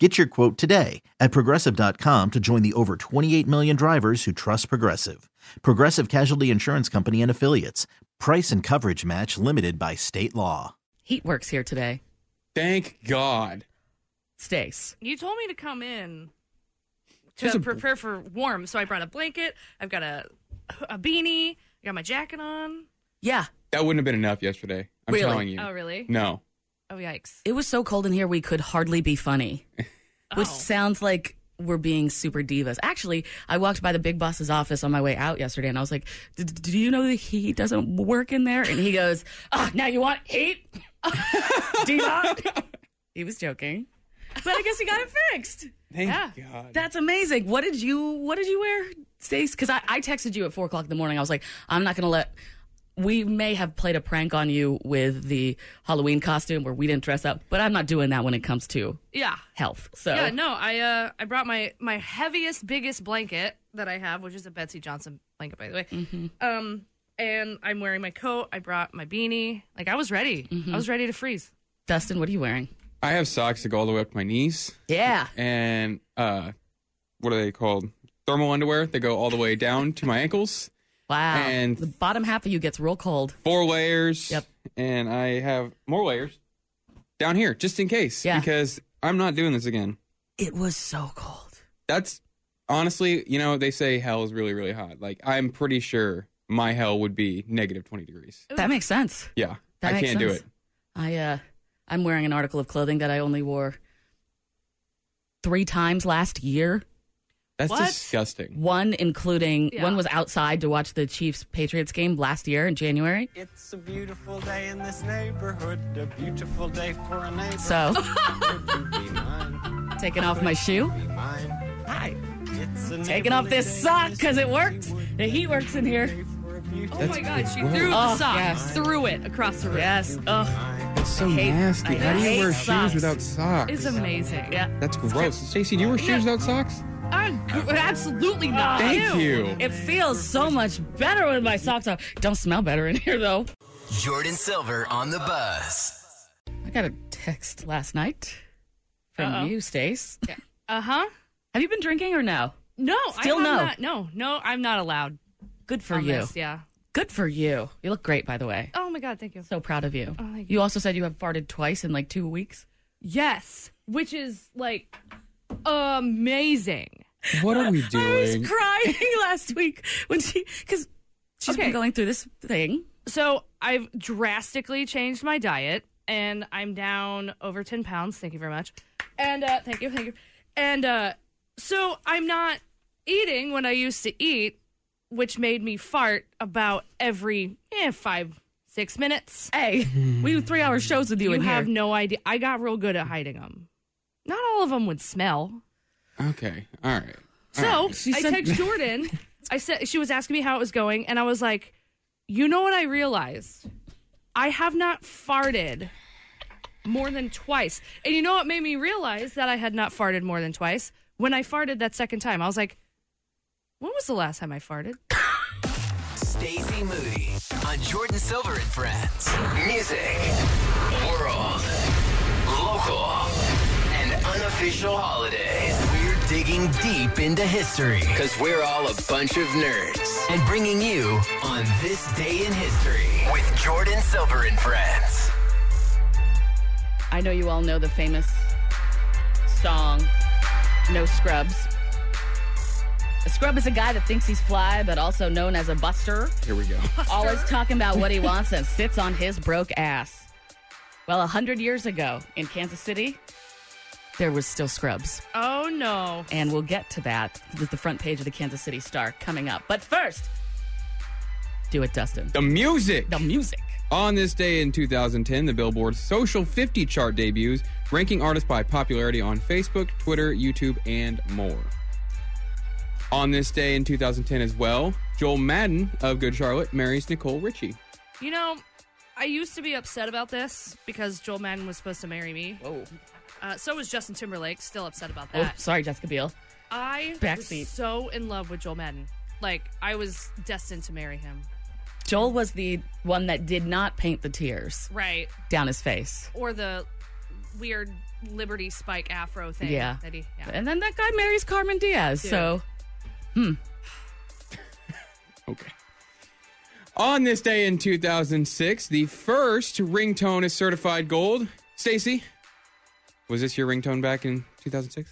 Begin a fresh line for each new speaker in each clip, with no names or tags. Get your quote today at progressive.com to join the over 28 million drivers who trust Progressive. Progressive Casualty Insurance Company and Affiliates. Price and coverage match limited by state law.
Heat works here today.
Thank God.
Stace.
You told me to come in
There's
to
a-
prepare for warm, so I brought a blanket. I've got a a beanie. I got my jacket on.
Yeah,
That wouldn't have been enough yesterday. I'm
Really?
telling you.
Oh, really?
No.
Oh, yikes.
it was so cold in here we could hardly be funny, which
Oh.
sounds like we're being super divas. Actually, I walked by the big boss's office on my way out yesterday and I was like, "D- d- "Do you know the heat doesn't work in there?" And he goes, "Ah, now you want heat?" Do not. he was joking. But I guess he got it fixed.
Thank
Yeah.
God.
That's amazing. What did you What did you wear, Stace? Because I, I texted you at four o'clock in the morning. I was like, I'm not gonna let. We may have played a prank on you with the Halloween costume where we didn't dress up, but I'm not doing that when it comes to
yeah.
health. So
Yeah, no, I uh, I brought my my heaviest, biggest blanket that I have, which is a Betsy Johnson blanket, by the way.
Mm-hmm.
Um, and I'm wearing my coat. I brought my beanie. Like I was ready.
Mm-hmm.
I was ready to freeze.
Dustin, what are you wearing?
I have socks that go all the way up to my knees
Yeah,
and uh what are they called? Thermal underwear. They go all the way down to my ankles.
wow.
And-
the bottom half of you gets real cold.
Four layers.
Yep.
And I have more layers down here just in case.
Yeah.
Because I'm not doing this again.
It was so cold.
That's honestly, you know, they say hell is really, really hot. Like I'm pretty sure my hell would be negative twenty degrees.
That makes sense.
Yeah.
That
I
makes
can't do
sense.
it.
I uh, I'm wearing an article of clothing that I only wore three times last year.
That's
What?
disgusting.
One including
Yeah.
one was outside to watch the Chiefs Patriots game last year in January.
It's a beautiful day in this neighborhood, a beautiful day for a neighbor.
So
Could you be mine?
taking off my shoe.
Be mine? Hi. It's a
Taking off
neighborly
this
day in
sock because it works.
neighborhood,
The heat works in
a
here.
day for a beautiful
oh my God, she threw
Oh,
the sock,
yes.
threw it across the room.
Yes. Ugh.
night.
That's so
hate-
nasty.
I
How do
hate
you wear
socks.
shoes without socks?
It's amazing.
Yeah.
That's gross. Stacey, do you wear shoes without socks?
I, absolutely not.
Thank
Ew.
you.
It feels so much better with my socks off. Don't smell better in here though.
Jordan Silver on the buzz.
I got a text last night from
Uh-oh.
you, Stace.
Uh huh.
Have you been drinking or no?
No,
Still
I
no.
have Not, no, no, I'm not allowed
Good for
on
you.
this. Yeah.
Good for you. You look great, by the way.
Oh my god, thank you.
So proud of you.
Oh, thank
you also said you have farted twice in like two weeks.
Yes, which is like amazing.
What are we
I was
doing?
crying last week when she because she's been
Okay.
going through this thing.
So I've drastically changed my diet, and I'm down over ten pounds. Thank you very much. And uh, thank you, thank you. And uh, so I'm not eating when I used to eat, which made me fart about every eh, five six minutes.
Hey, we do three hour shows with you,
You
in
have
here.
no idea. I got real good at hiding them. Not all of them would smell.
Okay. All right.
So
She
I
said-
text Jordan. I said she was asking me how it was going, and I was like, "You know what? I realized I have not farted more than twice, and you know what made me realize that I had not farted more than twice when I farted that second time. I was like, "When was the last time I farted?"
Stacy Moody on Jordan Silver and Friends. Music, world, local, and unofficial holidays. We're digging deep into history because we're all a bunch of nerds and bringing you on this day in history with Jordan Silver and Friends.
I know you all know the famous song "No Scrubs." A scrub is a guy that thinks he's fly, but also known as a buster.
here we go.
always talking about what he wants and sits on his broke ass. Well, a hundred years ago in Kansas City, there was still Scrubs,
Oh no!
and we'll get to that with the front page of the Kansas City Star coming up. But first, do it, Dustin.
The music.
The music.
On this day in 2010, the Billboard Social 50 chart debuts, ranking artists by popularity on Facebook, Twitter, YouTube, and more. On this day in 2010 as well, Joel Madden of Good Charlotte marries Nicole Richie.
You know, I used to be upset about this because Joel Madden was supposed to marry me.
Whoa.
Uh, so was Justin Timberlake. Still upset about
Oh,
that.
sorry, Jessica Biel.
I
Backseat.
was so in love with Joel Madden. Like I was destined to marry him.
Joel was the one that did not paint the tears
Right.
down his face.
Or the weird Liberty Spike Afro thing.
Yeah.
That he, yeah.
And then that guy marries Carmen Diaz.
Dude.
So
Okay. On this day in 2006, the first ringtone is certified gold. Stacy, was this your ringtone back in 2006?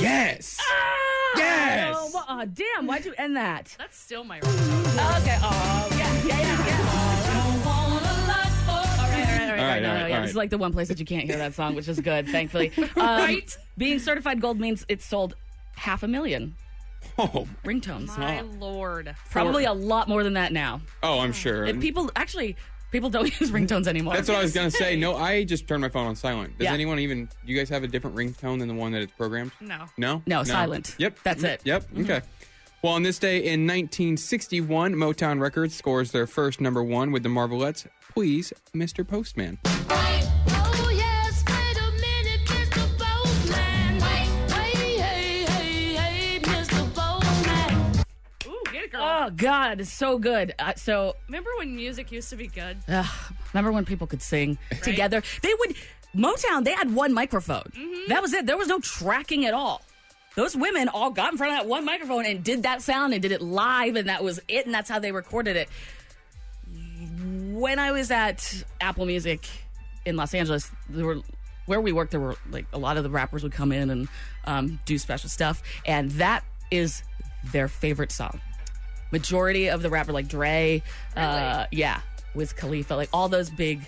Yes.
Ah!
Yes.
Oh, well, uh, damn, why'd you end that?
That's still my ringtone.
Okay.
uh,
Oh, yeah, yeah, yeah. All
All right,
right, no,
all
no,
right,
yeah,
all
This
right.
is like the one place that you can't hear that song, which is good, thankfully. Um,
Right?
Being certified gold means it's sold half a million
Oh,
ringtones.
My lord.
Probably a lot more than that now.
oh, I'm sure.
If people actually, people don't use ringtones anymore.
That's what I was gonna say. No, I just turned my phone on silent. Does
Yeah.
anyone even? You guys have a different ringtone than the one that it's programmed?
No.
No?
No, silent.
Yep.
That's
Mm,
it. Mm-hmm.
Yep. Okay. Well, on this day in 1961, Motown Records scores their first number one with the Marvelettes. Please, Mr. Postman.
oh
Ooh, get it, girl.
Ah.
Oh, God, it's so good. Uh, so,
Remember when music used to be good?
uh, remember when people could sing together? They would, Motown, they had one microphone.
Mm-hmm.
That was it. There was no tracking at all. Those women all got in front of that one microphone and did that sound and did it live, and that was it, and that's how they recorded it. When I was at Apple Music in Los Angeles, there were where we worked. There were like a lot of the rappers would come in and um, do special stuff, and that is their favorite song. Majority of the rapper, like Dre, uh, yeah, Wiz Khalifa, like all those big,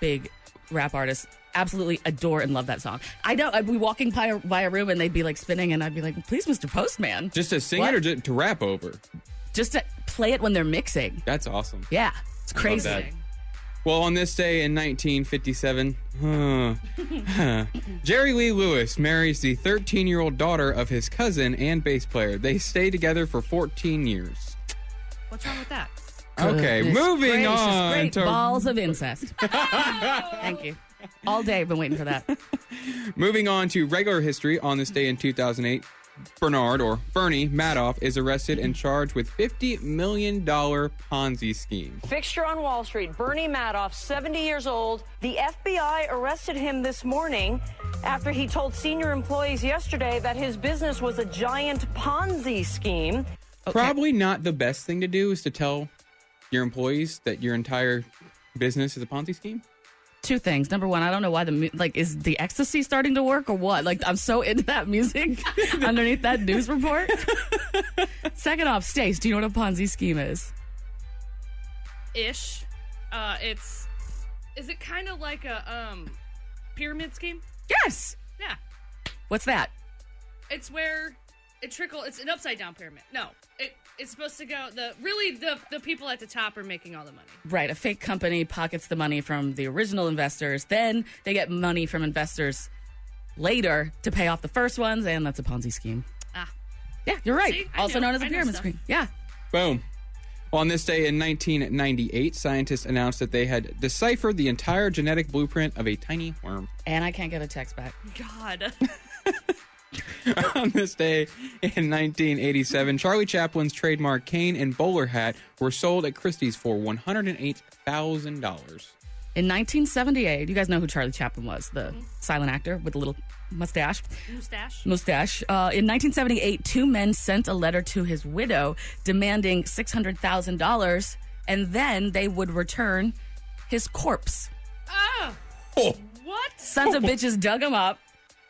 big rap artists, absolutely adore and love that song. I know I'd be walking by a, by a room and they'd be like spinning, and I'd be like, "Please, Mr. Postman,
Just to sing
What?
it or just to rap over?
just to play it when they're mixing."
That's awesome.
Yeah, it's crazy.
that. Well, on this day in 1957, huh, huh, Jerry Lee Lewis marries the 13 year old daughter of his cousin and bass player. They stay together for 14 years.
What's wrong with that?
okay,
Goodness
moving
gracious,
on
Great
to
balls of incest. Thank you. All day I've been waiting for that.
Moving on to regular history, on this day in 2008, Bernard or Bernie Madoff is arrested and charged with $50 million Ponzi scheme.
Fixture on Wall Street, Bernie Madoff, 70 years old. The FBI arrested him this morning after he told senior employees yesterday that his business was a giant Ponzi scheme.
Probably not the best thing to do is to tell your employees that your entire business is a Ponzi scheme.
Two things. Number one, I don't know why the mu- like is the ecstasy starting to work or what. Like I'm so into that music underneath that news report. Second off, Stace, do you know what a Ponzi scheme is?
Ish. Uh, it's. Is it kind of like a um, pyramid scheme?
Yes.
Yeah.
What's that?
It's where it trickle. It's an upside down pyramid. No, it it's supposed to go. The really the the people at the top are making all the money.
Right, a fake company pockets the money from the original investors. Then they get money from investors later to pay off the first ones, and that's a Ponzi scheme.
Ah.
Yeah, you're right.
See, I
also
know.
known as a
I know
pyramid
stuff.
scheme. Yeah.
Boom. On this day in 1998, scientists announced that they had deciphered the entire genetic blueprint of a tiny worm.
And I can't get a text back.
God.
On this day in 1987, Charlie Chaplin's trademark cane and bowler hat were sold at Christie's for $108,000.
In 1978, you guys know who Charlie Chaplin was, the silent actor with the little mustache.
Mustache.
Mustache. Uh, in 1978, two men sent a letter to his widow demanding $600,000, and then they would return his corpse.
Oh.
Oh.
What?
Sons of bitches dug him up,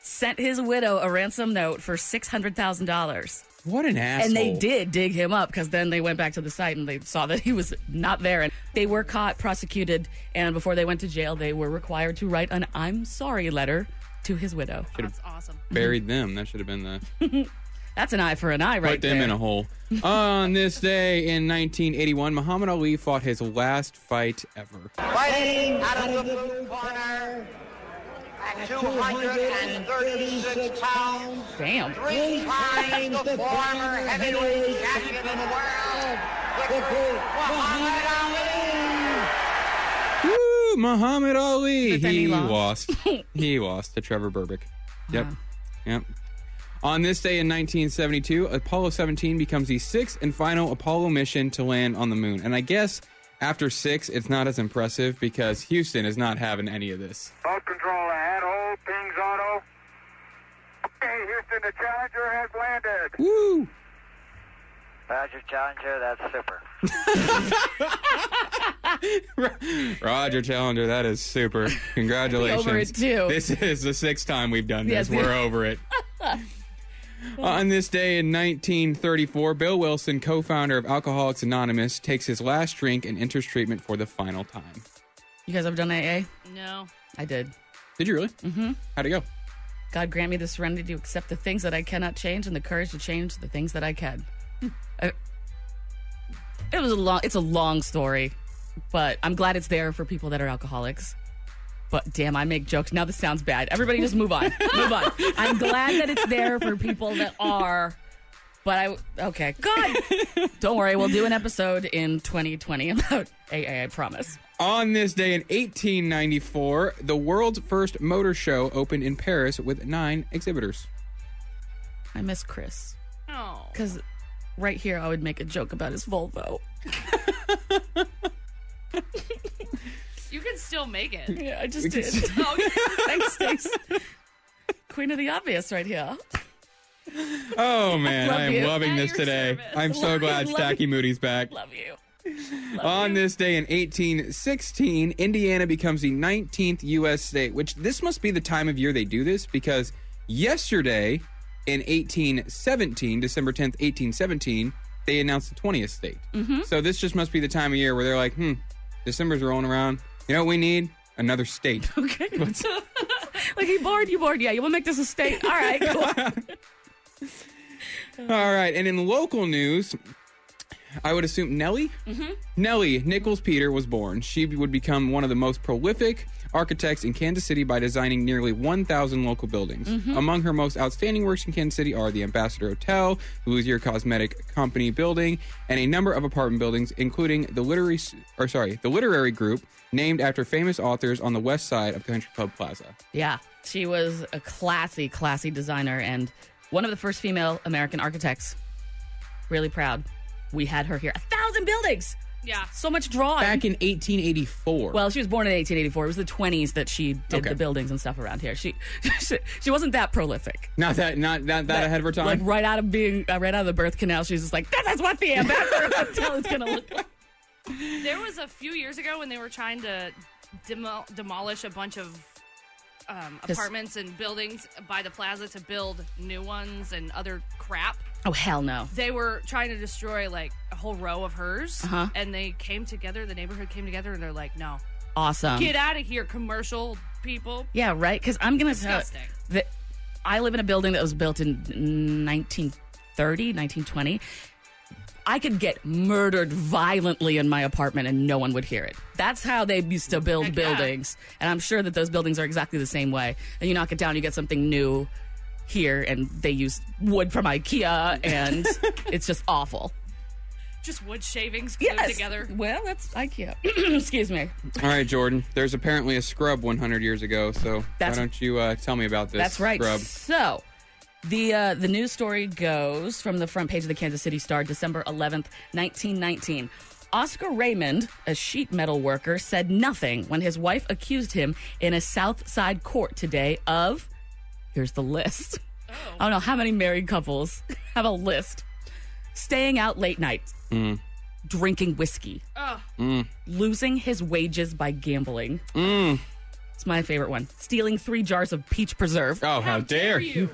sent his widow a ransom note for $600,000.
What an asshole.
And they did dig him up because then they went back to the site and they saw that he was not there. And they were caught, prosecuted, and before they went to jail, they were required to write an I'm sorry letter to his widow.
That's awesome.
Buried them. That should have been the.
That's an eye for an eye, right
Put them
there.
in a hole. On this day in 1981, Muhammad Ali fought his last fight ever.
Fighting out of the blue corner at 236 pounds,
Damn.
three-time the former heavyweight champion of the world, the great Muhammad Ali.
Woo! Muhammad Ali.
But then he lost.
he lost to Trevor Burbick. Yep. Yep. On this day in 1972, Apollo 17 becomes the sixth and final Apollo mission to land on the moon. And I guess after six, it's not as impressive because Houston is not having any of this.
Boat control ahead, hold things auto. Okay, Houston, the Challenger has landed.
Woo!
Roger, Challenger, that's super.
Roger Challenger, that is super. Congratulations.
Over it, too.
This is the sixth time we've done
Yes,
this.
we-
We're over it. On this day in 1934, Bill Wilson, co founder of Alcoholics Anonymous, takes his last drink and enters treatment for the final time.
You guys ever done AA?
No.
I did.
Did you really? Mm-hmm. How'd it go?
God grant me the serenity to accept the things that I cannot change and the courage to change the things that I can. I- it was a long it's a long story, but I'm glad it's there for people that are alcoholics. But damn, I make jokes. Now this sounds bad. Everybody just move on. move on. I'm glad that it's there for people that are but I okay. God. Don't worry, we'll do an episode in 2020 about AA, I promise.
On this day in 1894, the world's first motor show opened in Paris with nine exhibitors.
I miss Chris.
Oh.
Because right here, I would make a joke about his Volvo.
You can still make it. Oh,
Yeah, I just did. Thanks, Stace. Queen of the obvious right here.
Oh, man,
Love
I am
you.
loving
At
this
your
today.
service.
I'm so glad
love
Stacky Moody's back.
Love you.
On this day in 1816, Indiana becomes the 19th U.S. state, which this must be the time of year they do this because yesterday in 1817, December 10th, 1817, they announced the 20th state. So this just must be the time of year where they're like, hmm, December's rolling around. You know what we need? Another state.
Okay. like, he bored, you bored. Yeah, you want to make this a state? All right, cool.
All right. And in local news, I would assume Nellie? Nellie Nichols Peter was born. She would become one of the most prolific architects in Kansas City by designing nearly 1,000 local buildings. Among her most outstanding works in Kansas City are the Ambassador Hotel, Louisier Cosmetic Company building, and a number of apartment buildings, including the literary, or sorry, the literary group named after famous authors on the west side of Country Club Plaza.
yeah, she was a classy, classy designer and one of the first female American architects. Really proud. We had her here. A thousand buildings.
Yeah.
So much drawing.
Back in 1884.
Well, she was born in 1884. It was the 20s that she did
Okay.
the buildings and stuff around here. She, she she wasn't that prolific.
not that, not that, that ahead of her time.
Like right out of being uh, right out of the birth canal, she's just like, "This is what the ambassador hotel is gonna look like."
There was a few years ago when they were trying to demol- demolish a bunch of um,
This-
apartments and buildings by the plaza to build new ones and other crap.
Oh hell no!
They were trying to destroy like a whole row of hers,
Uh-huh.
and they came together. The neighborhood came together, and they're like, "No,
Awesome.
get out of here, commercial people."
yeah, right. Because I'm gonna tell
Disgusting.
that I live in a building that was built in 1930, 1920. I could get murdered violently in my apartment and no one would hear it. That's how they used to build
Heck yeah.
buildings. And I'm sure that those buildings are exactly the same way. And you knock it down, you get something new here, and they use wood from IKEA, and it's just awful.
Just wood shavings glued
Yes.
together.
Well, that's IKEA. Excuse me.
All right, Jordan. There's apparently a scrub 100 years ago, so
That's-
why don't you uh, tell me about this?
That's right.
Scrub.
So, the uh, the news story goes from the front page of the Kansas City Star, December 11th, 1919. Oscar Raymond, a sheet metal worker, said nothing when his wife accused him in a South Side court today of. Here's the list. I don't know how many married couples have a list. Staying out late nights, drinking whiskey,
Oh,
losing his wages by gambling. It's my favorite one. Stealing three jars of peach preserve
Oh, how, dare you?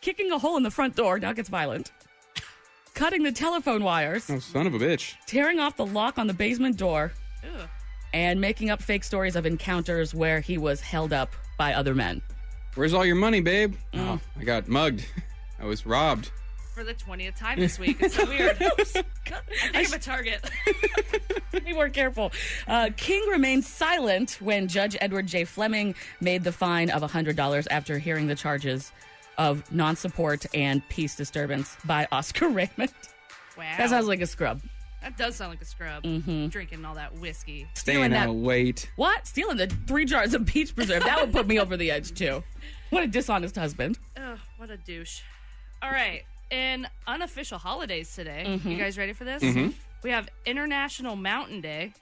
kicking a hole in the front door, now gets violent, cutting the telephone wires,
Oh, son of a bitch.
tearing off the lock on the basement door,
Ugh.
and making up fake stories of encounters where he was held up by other men. Mm.
Where's all your money, babe? Oh, I got mugged. I was robbed.
for the 20th time this week. It's so weird. I think I'm a target.
Be more careful. Uh, King remained silent when Judge Edward J. Fleming made the fine of $100 after hearing the charges of non support and peace disturbance by Oscar Raymond.
Wow.
That sounds like Mm-hmm. a scrub.
that does sound like a scrub. Drinking all that whiskey.
Staying
that-
out wait.
What? Stealing the three jars of peach preserve. That would put me over the edge, too. What a dishonest husband.
Ugh, what a douche. All right. In unofficial holidays today, you guys ready for this? We have International Mountain Day,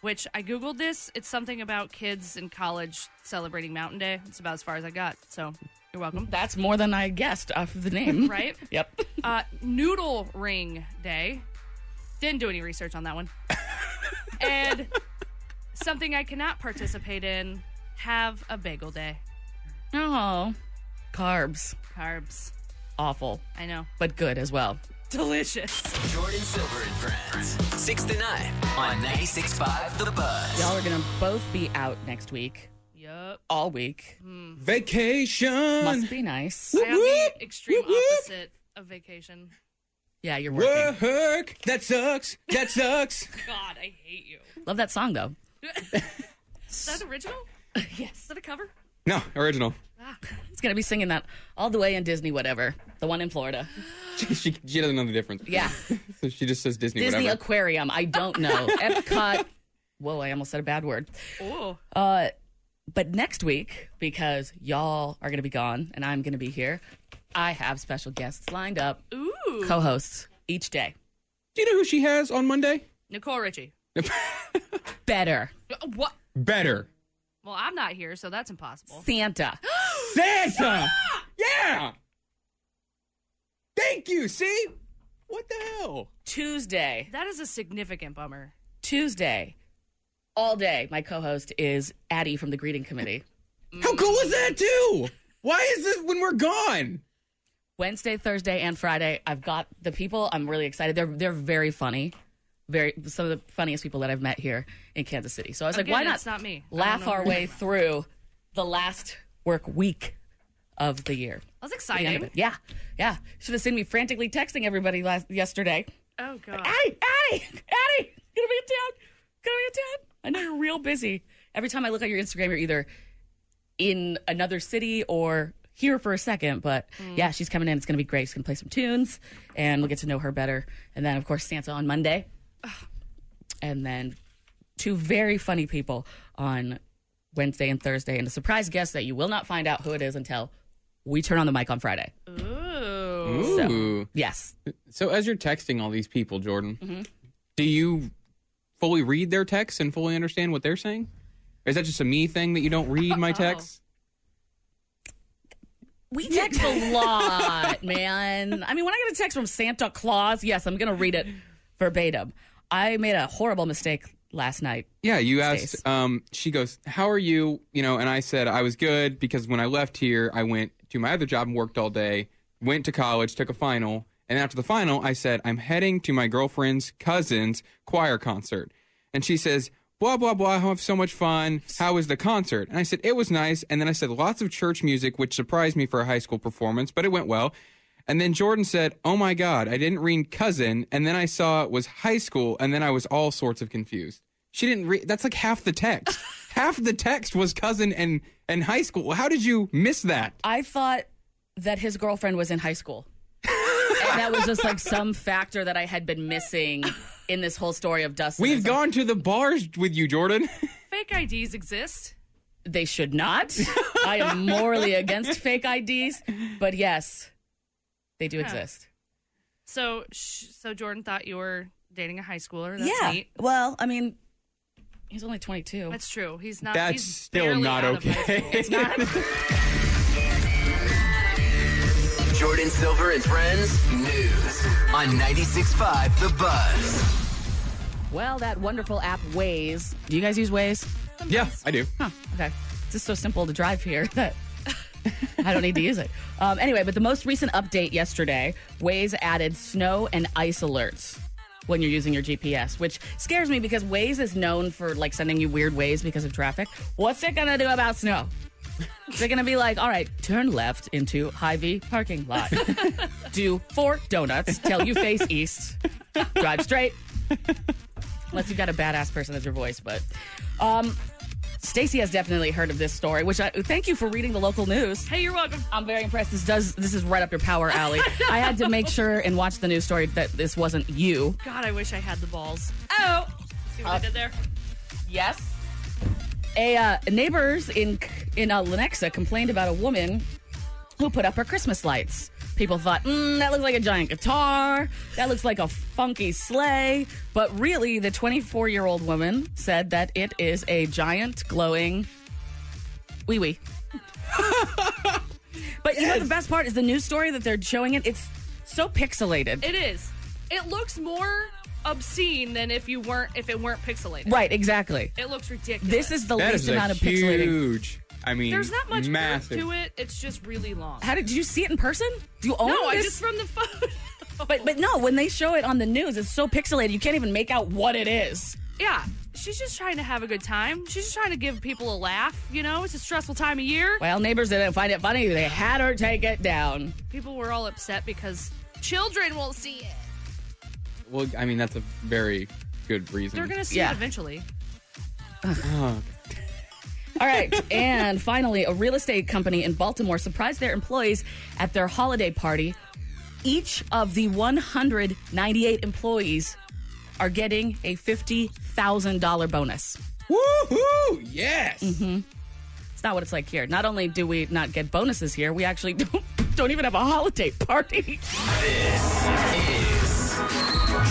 which I Googled this. It's something about kids in college celebrating Mountain Day. It's about as far as I got. So you're welcome.
That's more than I guessed off of the name.
Right?
Yep.
Uh, noodle Ring Day. Didn't do any research on that one. and something I cannot participate in have a bagel day.
Oh, carbs.
Carbs.
Awful,
I know.
but good as well.
Delicious.
Jordan Silver and Friends. 6 to 9 on 96.5 The Buzz.
Y'all are going to both be out next week,
Yup.
all week.
Vacation.
Must be nice.
I am the extreme opposite of vacation.
Yeah, you're working.
Work. That sucks. That sucks.
God, I hate you.
Love that song, though.
Is that original? yes. Is that a cover?
no, original.
It's going to be singing that all the way in Disney, whatever. The one in Florida.
She, she, she doesn't know the difference.
Yeah.
So she just says Disney,
Disney
whatever.
Aquarium. I don't know. Epcot. Whoa, I almost said a bad word.
Oh.
Uh, but next week, because y'all are going to be gone and I'm going to be here, I have special guests lined up,
Ooh.
co hosts each day.
Do you know who she has on Monday?
Nicole Richie.
Better
Uh, What?
Better.
Well, I'm not here, so that's impossible.
Santa.
Santa. uh, yeah. Thank you. See? What the hell?
Tuesday.
That is a significant bummer.
Tuesday. All day, my co host is Addie from the greeting committee.
How cool is that too? Why is this when we're gone?
Wednesday, Thursday, and Friday, I've got the people. I'm really excited. They're they're very funny, very some of the funniest people that I've met here in Kansas City. So I was like,
Again,
why not,
it's not me. I
laugh
don't know
our
who you're
way through the last work week of the year?
That's
The end of
exciting.
it. Yeah, yeah. Should have seen me frantically texting everybody last yesterday.
Oh, God.
Addie, Addie, Addie, gonna be in town. Gonna be in town. I know you're real busy. Every time I look at your Instagram, you're either in another city or here for a second. But yeah, she's coming in. It's gonna be great. She's gonna play some tunes, and we'll get to know her better. And then, of course, Santa on Monday, and then two very funny people on Wednesday and Thursday, and a surprise guest that you will not find out who it is until we turn on the mic on Friday.
Ah. Ooh.
Ooh.
Yes.
So as you're texting all these people, Jordan, do you fully read their texts and fully understand what they're saying? Or is that just a me thing that you don't read my texts?
We text a lot, man. I mean, when I get a text from Santa Claus, yes, I'm going to read it verbatim. I made a horrible mistake last night.
Yeah, you
Stace.
asked. Um, she goes, "How are you?" You know, and I said I was good because when I left here, I went to my other job and worked all day. Went to college, took a final, and after the final, I said I'm heading to my girlfriend's cousin's choir concert, and she says. Blah blah blah. Have so much fun. How was the concert? And I said it was nice. And then I said lots of church music, which surprised me for a high school performance, but it went well. And then Jordan said, "Oh my God, I didn't read cousin." And then I saw it was high school, and then I was all sorts of confused. She didn't read. That's like half the text. half the text was cousin and and high school. How did you miss that?
I thought that his girlfriend was in high school. and that was just like some factor that I had been missing in this whole story of Dustin.
We've
It's like,
gone to the bars with you, Jordan.
Fake IDs exist.
They should not. I am morally against fake IDs, but yes, they do exist.
So, sh- so Jordan thought you were dating a high schooler. That's neat.
Well, I mean, he's only 22.
That's true. He's not.
That's
Uh, he's
still
barely
not
out of high
okay.
school.
It's not.
Jordan Silver and Friends News on 96.5 The Buzz.
Well, that wonderful app Waze. Do you guys use Waze?
yeah, I do.
Huh. Okay. It's just so simple to drive here that I don't need to use it. Um, anyway, but the most recent update yesterday, Waze added snow and ice alerts when you're using your GPS, which scares me because Waze is known for like sending you weird ways because of traffic. What's it gonna do about snow? They're going to be like, all right, turn left into Hy-Vee parking lot. Do four donuts till you face east. Drive straight. Unless you've got a badass person as your voice, but um, Stacy has definitely heard of this story. Which I thank you for reading the local news.
Hey, you're welcome.
I'm very impressed. This does this is right up your power alley. I had to make sure and watch the news story that this wasn't you.
God, I wish I had the balls. Oh, see
Uh,
what I did there?
Yes. A uh, neighbors in in uh, Lenexa complained about a woman who put up her Christmas lights. People thought, mm, that looks like a giant guitar. That looks like a funky sleigh. But really, the 24 year old woman said that it is a giant glowing wee wee. but you know, the best part is the news story that they're showing it. It's so pixelated.
It is. It looks more obscene than if you weren't if it weren't pixelated.
right, exactly.
It looks ridiculous.
This is the
That
least
is
amount
a
of pixelating.
huge. I mean,
There's not much girth
massive.
to it. It's just really long.
How did, did you see it in person? Do you own
No, I
this?
just from the phone.
But but no, when they show it on the news, it's so pixelated you can't even make out what it is.
yeah, she's just trying to have a good time. She's just trying to give people a laugh. You know, it's a stressful time of year.
Well, neighbors didn't find it funny. They had her take it down.
People were all upset because children won't see it.
Well, I mean, that's a very good reason.
They're gonna see
Mm. Yeah.
it eventually.
Oh,
All right. and finally, a real estate company in Baltimore surprised their employees at their holiday party. Each of the 198 employees are getting a $50,000 bonus.
Woohoo! Yes.
Mm-hmm.
It's not what it's like here. Not only do we not get bonuses here, we actually don't, don't even have a holiday party.
This is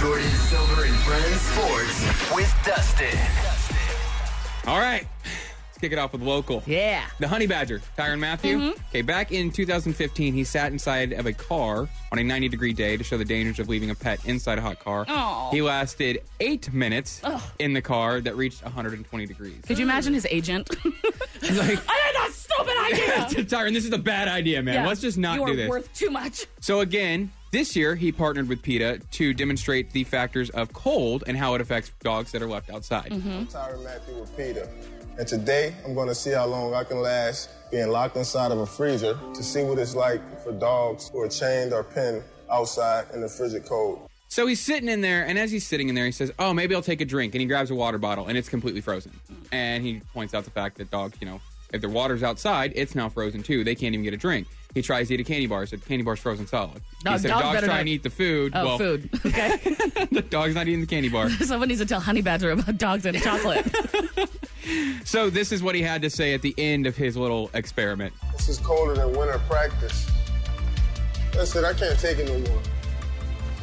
Jordan Silver and Friends Sports with Dustin.
All right. Let's kick it off with local.
Yeah.
The honey badger, Tyron Matthew. Okay, back in 2015, he sat inside of a car on a 90 degree day to show the dangers of leaving a pet inside a hot car.
Aw.
He lasted eight minutes in the car that reached 120 degrees.
Could you imagine his agent?
like,
I had that stupid idea.
Tyron, this is a bad idea, man. Let's just not
you
do
are
this.
worth too much.
So again, this year he partnered with PETA to demonstrate the factors of cold and how it affects dogs that are left outside.
Tyron Matthew with Peter. And today, I'm going to see how long I can last being locked inside of a freezer to see what it's like for dogs who are chained or pinned outside in the frigid cold.
So he's sitting in there, and as he's sitting in there, he says, "Oh, maybe I'll take a drink." And he grabs a water bottle, and it's completely frozen. And he points out the fact that dogs, you know, if their water's outside, it's now frozen too. They can't even get a drink. He tries to eat a candy bar. Said candy bar's frozen solid.
No,
he said
dog
dogs
better
try
not-
and eat the food.
Oh,
well,
food. Okay.
the dog's not eating the candy bar.
Someone needs to tell Honey Badger about dogs and chocolate.
so this is what he had to say at the end of his little experiment.
This is colder than winter practice. That's it, I can't take it no more.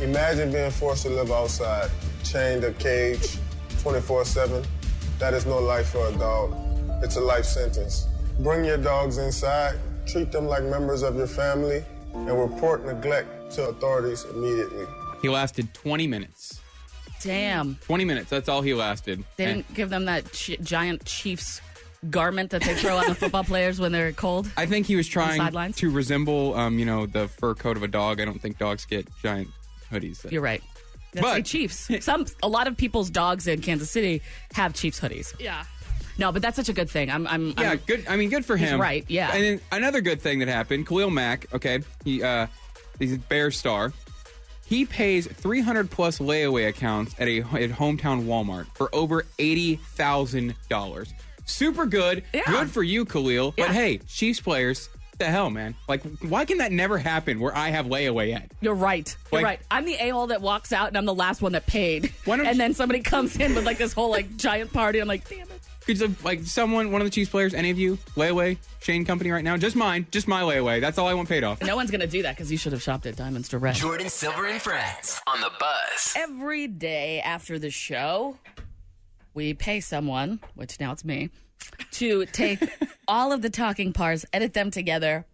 Imagine being forced to live outside, chained a cage 24 7. That is no life for a dog. It's a life sentence. Bring your dogs inside, treat them like members of your family, and report neglect to authorities immediately.
He lasted 20 minutes.
Damn.
20 minutes. That's all he lasted.
They
And-
didn't give them that chi- giant Chiefs garment that they throw on the football players when they're cold.
I think he was trying
sidelines?
to resemble, um, you know, the fur coat of a dog. I don't think dogs get giant hoodies.
You're right. That's
But-
a Chiefs. Some a lot of people's dogs in Kansas City have Chiefs hoodies.
Yeah.
No, but that's such a good thing. I'm. I'm
Yeah,
I'm-
good. I mean, good for him.
right, yeah.
And then another good thing that happened, Khalil Mack. Okay, he uh, he's a Bear star. He pays 300 plus layaway accounts at a at hometown Walmart for over eighty thousand dollars. Super good.
Yeah.
Good for you, Khalil.
Yeah.
But hey, Chiefs players, the hell, man. Like, why can that never happen where I have layaway at?
You're right. You're
Like-
right. I'm the a-hole that walks out, and I'm the last one that paid.
Why don't
and
you-
then somebody comes in with like this whole like giant party. I'm like, damn it.
Could you, like someone, one of the Chiefs players, any of you, layaway, Shane Company right now? Just mine, just my layaway. That's all I want paid off.
No one's gonna do that because you should have shopped at Diamonds Direct.
Jordan Silver and Friends on the bus.
Every day after the show, we pay someone, which now it's me, to take all of the talking parts, edit them together,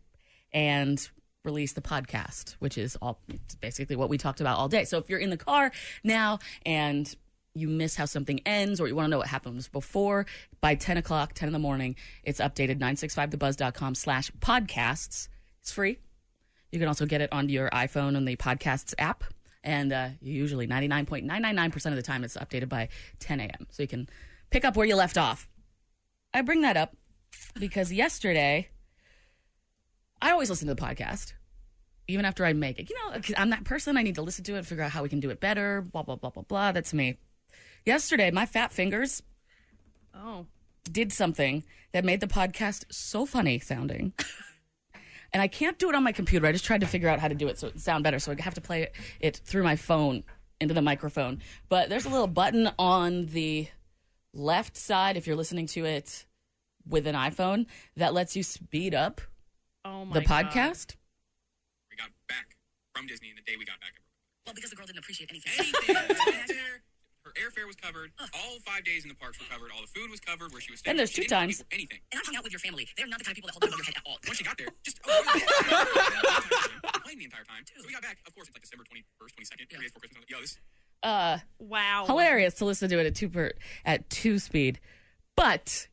and release the podcast, which is all it's basically what we talked about all day. So if you're in the car now and you miss how something ends or you want to know what happens before, by 10 o'clock, 10 in the morning, it's updated 965thebuzz.com slash podcasts. It's free. You can also get it on your iPhone on the podcasts app. And uh, usually 99.999% of the time it's updated by 10 a.m. So you can pick up where you left off. I bring that up because yesterday I always listen to the podcast, even after I make it. You know, 'cause I'm that person. I need to listen to it, figure out how we can do it better. Blah blah blah blah blah. That's me. Yesterday, my fat fingers
Oh.
did something that made the podcast so funny sounding. and I can't do it on my computer. I just tried to figure out how to do it so it sound better. So I have to play it through my phone into the microphone. But there's a little button on the left side if you're listening to it with an iPhone that lets you speed up
Oh my
the
God.
podcast.
We got back from Disney, and the day we got back,
Well, because the girl didn't appreciate anything.
her airfare was covered. All five days in the parks were covered. All the food was covered. Where she was staying.
And there's
She
two
didn't
times.
eat Anything.
And I hung out with your family. They're not the kind of people that hold over your head at all.
Once she got there, just oh, the entire time, complained the entire time. So we got back. Of course, it's like December twenty first, twenty second, three days before Christmas. Yo, this
Uh,
Wow.
hilarious to listen to it at two per, at two speed, but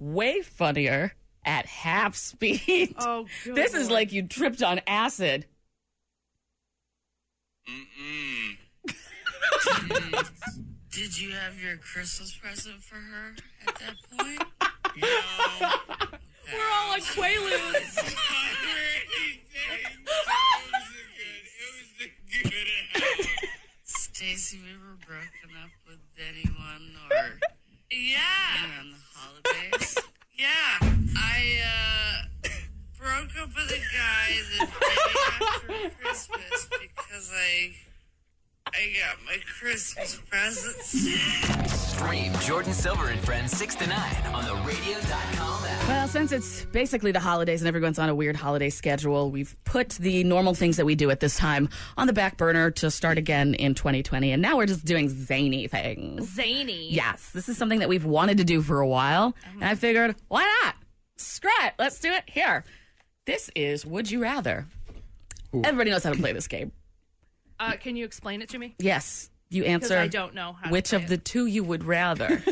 way funnier at half speed.
Oh, good
this is
Lord.
like you tripped on acid.
Mm-mm.
Did you have your Christmas present for her at that point?
We're all like Quaaludes.
Stacy, we were broken up with anyone or yeah around the holidays. Yeah, I uh, broke up with a guy the day after Christmas because I I got my Christmas presents.
Stream Jordan Silver and Friends 6 to 9 on the radio.com app.
Well, since it's basically the holidays and everyone's on a weird holiday schedule, we've put the normal things that we do at this time on the back burner to start again in 2020, and now we're just doing zany things.
Zany.
Yes, this is something that we've wanted to do for a while,
Uh-huh.
and I figured, why not? Screw it, let's do it here. This is Would You Rather. Everybody knows how to play this game.
Uh, can you explain it to me?
Yes, you
Because
answer
I don't know how. to
which
play
of the
it.
two you would rather.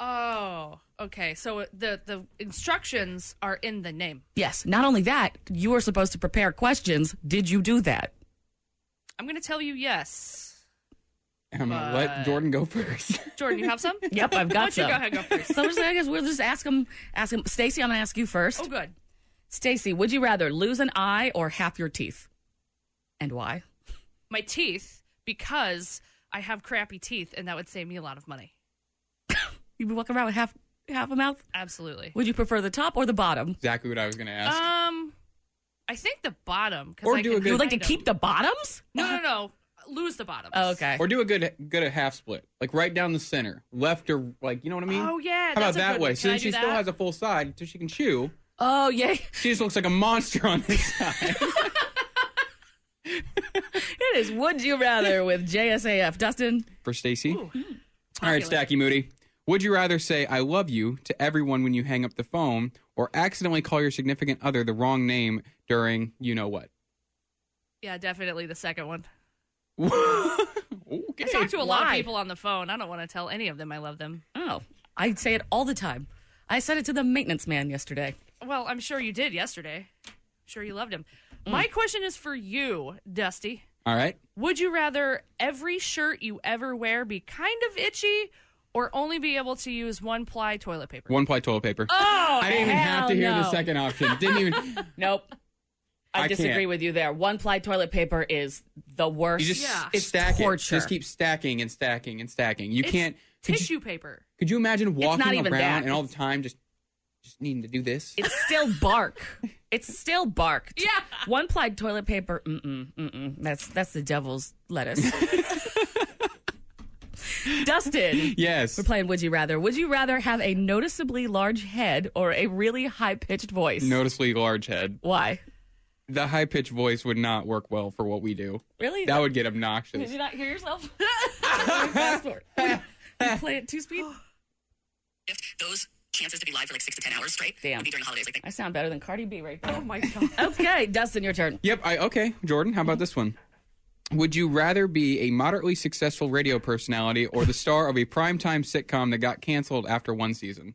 Oh, okay. So the the instructions are in the name.
yes, not only that, you are supposed to prepare questions. Did you do that?
I'm gonna tell you yes.
And I'm gonna let Jordan go first.
Jordan, you have some?
Yep, I've
Why
got
don't you
some.
go ahead, go first.
So we're just- I guess we'll just ask him. Ask him, Stacy. I'm gonna ask you first.
Oh, good.
Stacy, would you rather lose an eye or half your teeth, and why?
My teeth, because I have crappy teeth, and that would save me a lot of money.
You'd be walking around with half half a mouth.
Absolutely.
Would you prefer the top or the bottom?
exactly what I was gonna ask.
Um, I think the bottom. 'cause
Or
I
do
can
a good-
You would
hide
like to
them.
keep the bottoms?
No, no, no. Lose the bottom.
Oh, okay.
or do a good good a half split, like right down the center, left or like you know what I mean.
Oh, yeah,
How about
that's a
that
good
way?
one.
So
Can I
then
do
she still
that?
has a full side, so she can chew.
oh yeah,
She just looks like a monster on this side.
it is. Would you rather with JSAF, Dustin?
For Stacy. All
Mm.
right, Stacky Moody. Would you rather say I love you to everyone when you hang up the phone or accidentally call your significant other the wrong name during you know what?
Yeah, definitely the second one.
okay.
I talk to a lot of
Why?
people on the phone. I don't want to tell any of them I love them.
Oh, I say it all the time. I said it to the maintenance man yesterday.
Well, I'm sure you did yesterday. I'm sure you loved him.
Mm.
My question is for you, Dusty.
All right.
Would you rather every shirt you ever wear be kind of itchy or only be able to use one ply toilet paper?
One ply toilet paper.
Oh,
I didn't even have to hear the
no.
second option. Didn't even.
Nope. I,
I
disagree
can't.
with you there. One ply toilet paper is the worst.
You just
Yeah.
It's
stack
torture.
it. Just keep stacking and stacking and stacking. You
It's
can't. Could you,
Tissue paper.
could you imagine walking
not
around
even that.
and all the time just just needing to do this?
It's still bark. It's still bark. Yeah. One ply toilet paper. Mm mm mm mm. That's that's the devil's lettuce. Dustin,
yes.
we're playing Would You Rather. Would you rather have a noticeably large head or a really high pitched voice?
Noticeably large head.
Why?
The high pitched voice would not work well for what we do.
Really?
That would get
Did
obnoxious.
you
Uh,
not hear yourself? Fast forward. You play at two speed.
Those chances to be live for like six to ten hours straight
Damn.
would be during the holidays. Like
I sound better than Cardi B right now.
Oh my god.
Okay, Dustin, your turn.
Yep. I okay. Jordan, how about this one? Would you rather be a moderately successful radio personality or the star of a primetime sitcom that got canceled after one season?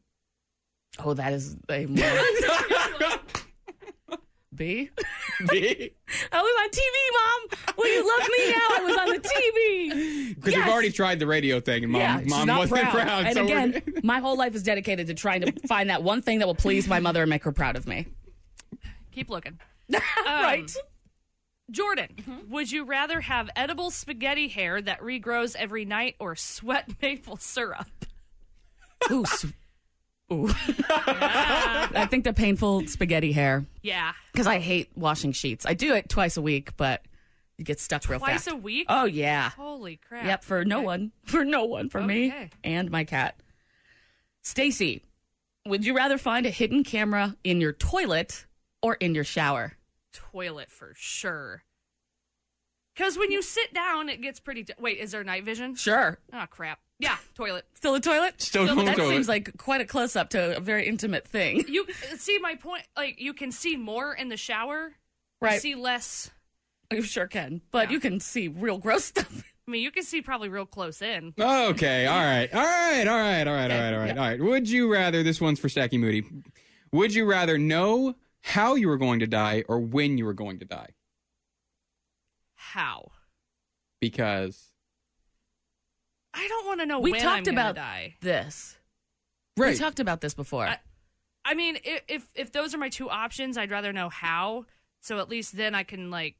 Oh, that is a B. I was on TV, Mom. Will you love me now? I was on the TV.
Because
Yes.
we've already tried the radio thing, and mom,
yeah, she's
mom
not
wasn't
proud.
proud.
and
so we're-
again, my whole life is dedicated to trying to find that one thing that will please my mother and make her proud of me.
Keep looking. Um,
right.
Jordan,
Mm-hmm.
would you rather have edible spaghetti hair that regrows every night or sweat maple syrup?
Ooh. s- Ooh. I think the painful spaghetti hair
Yeah.
because I hate washing sheets. I do it twice a week, but you get stuck real
Twice
fast.
a week?
Oh yeah.
Holy crap.
Yep, for no
Okay.
one. For no one. For me
Okay.
and my cat. Stacy, would you rather find a hidden camera in your toilet or in your shower?
Toilet for sure. Because when you sit down, it gets pretty. d Wait, is there night vision?
Sure.
Oh, crap. Yeah, toilet.
Still a toilet?
Still
Still-
going
that
to
seems
it.
like quite a close up to a very intimate thing.
You see my point? Like, you can see more in the shower. You
Right.
see less.
You sure can. But you can see real gross stuff.
I mean, you can see probably real close in.
Okay. All right. All right. All right. All right. All right. All right. All right. Would you rather? This one's for Stacky Moody. Would you rather know how you were going to die or when you were going to die?
How?
Because
I don't want to know
we
when
talked
I'm gonna
about
die.
this. We
right.
talked about this before.
I- I mean, i- if if those are my two options, I'd rather know how. So at least then I can like,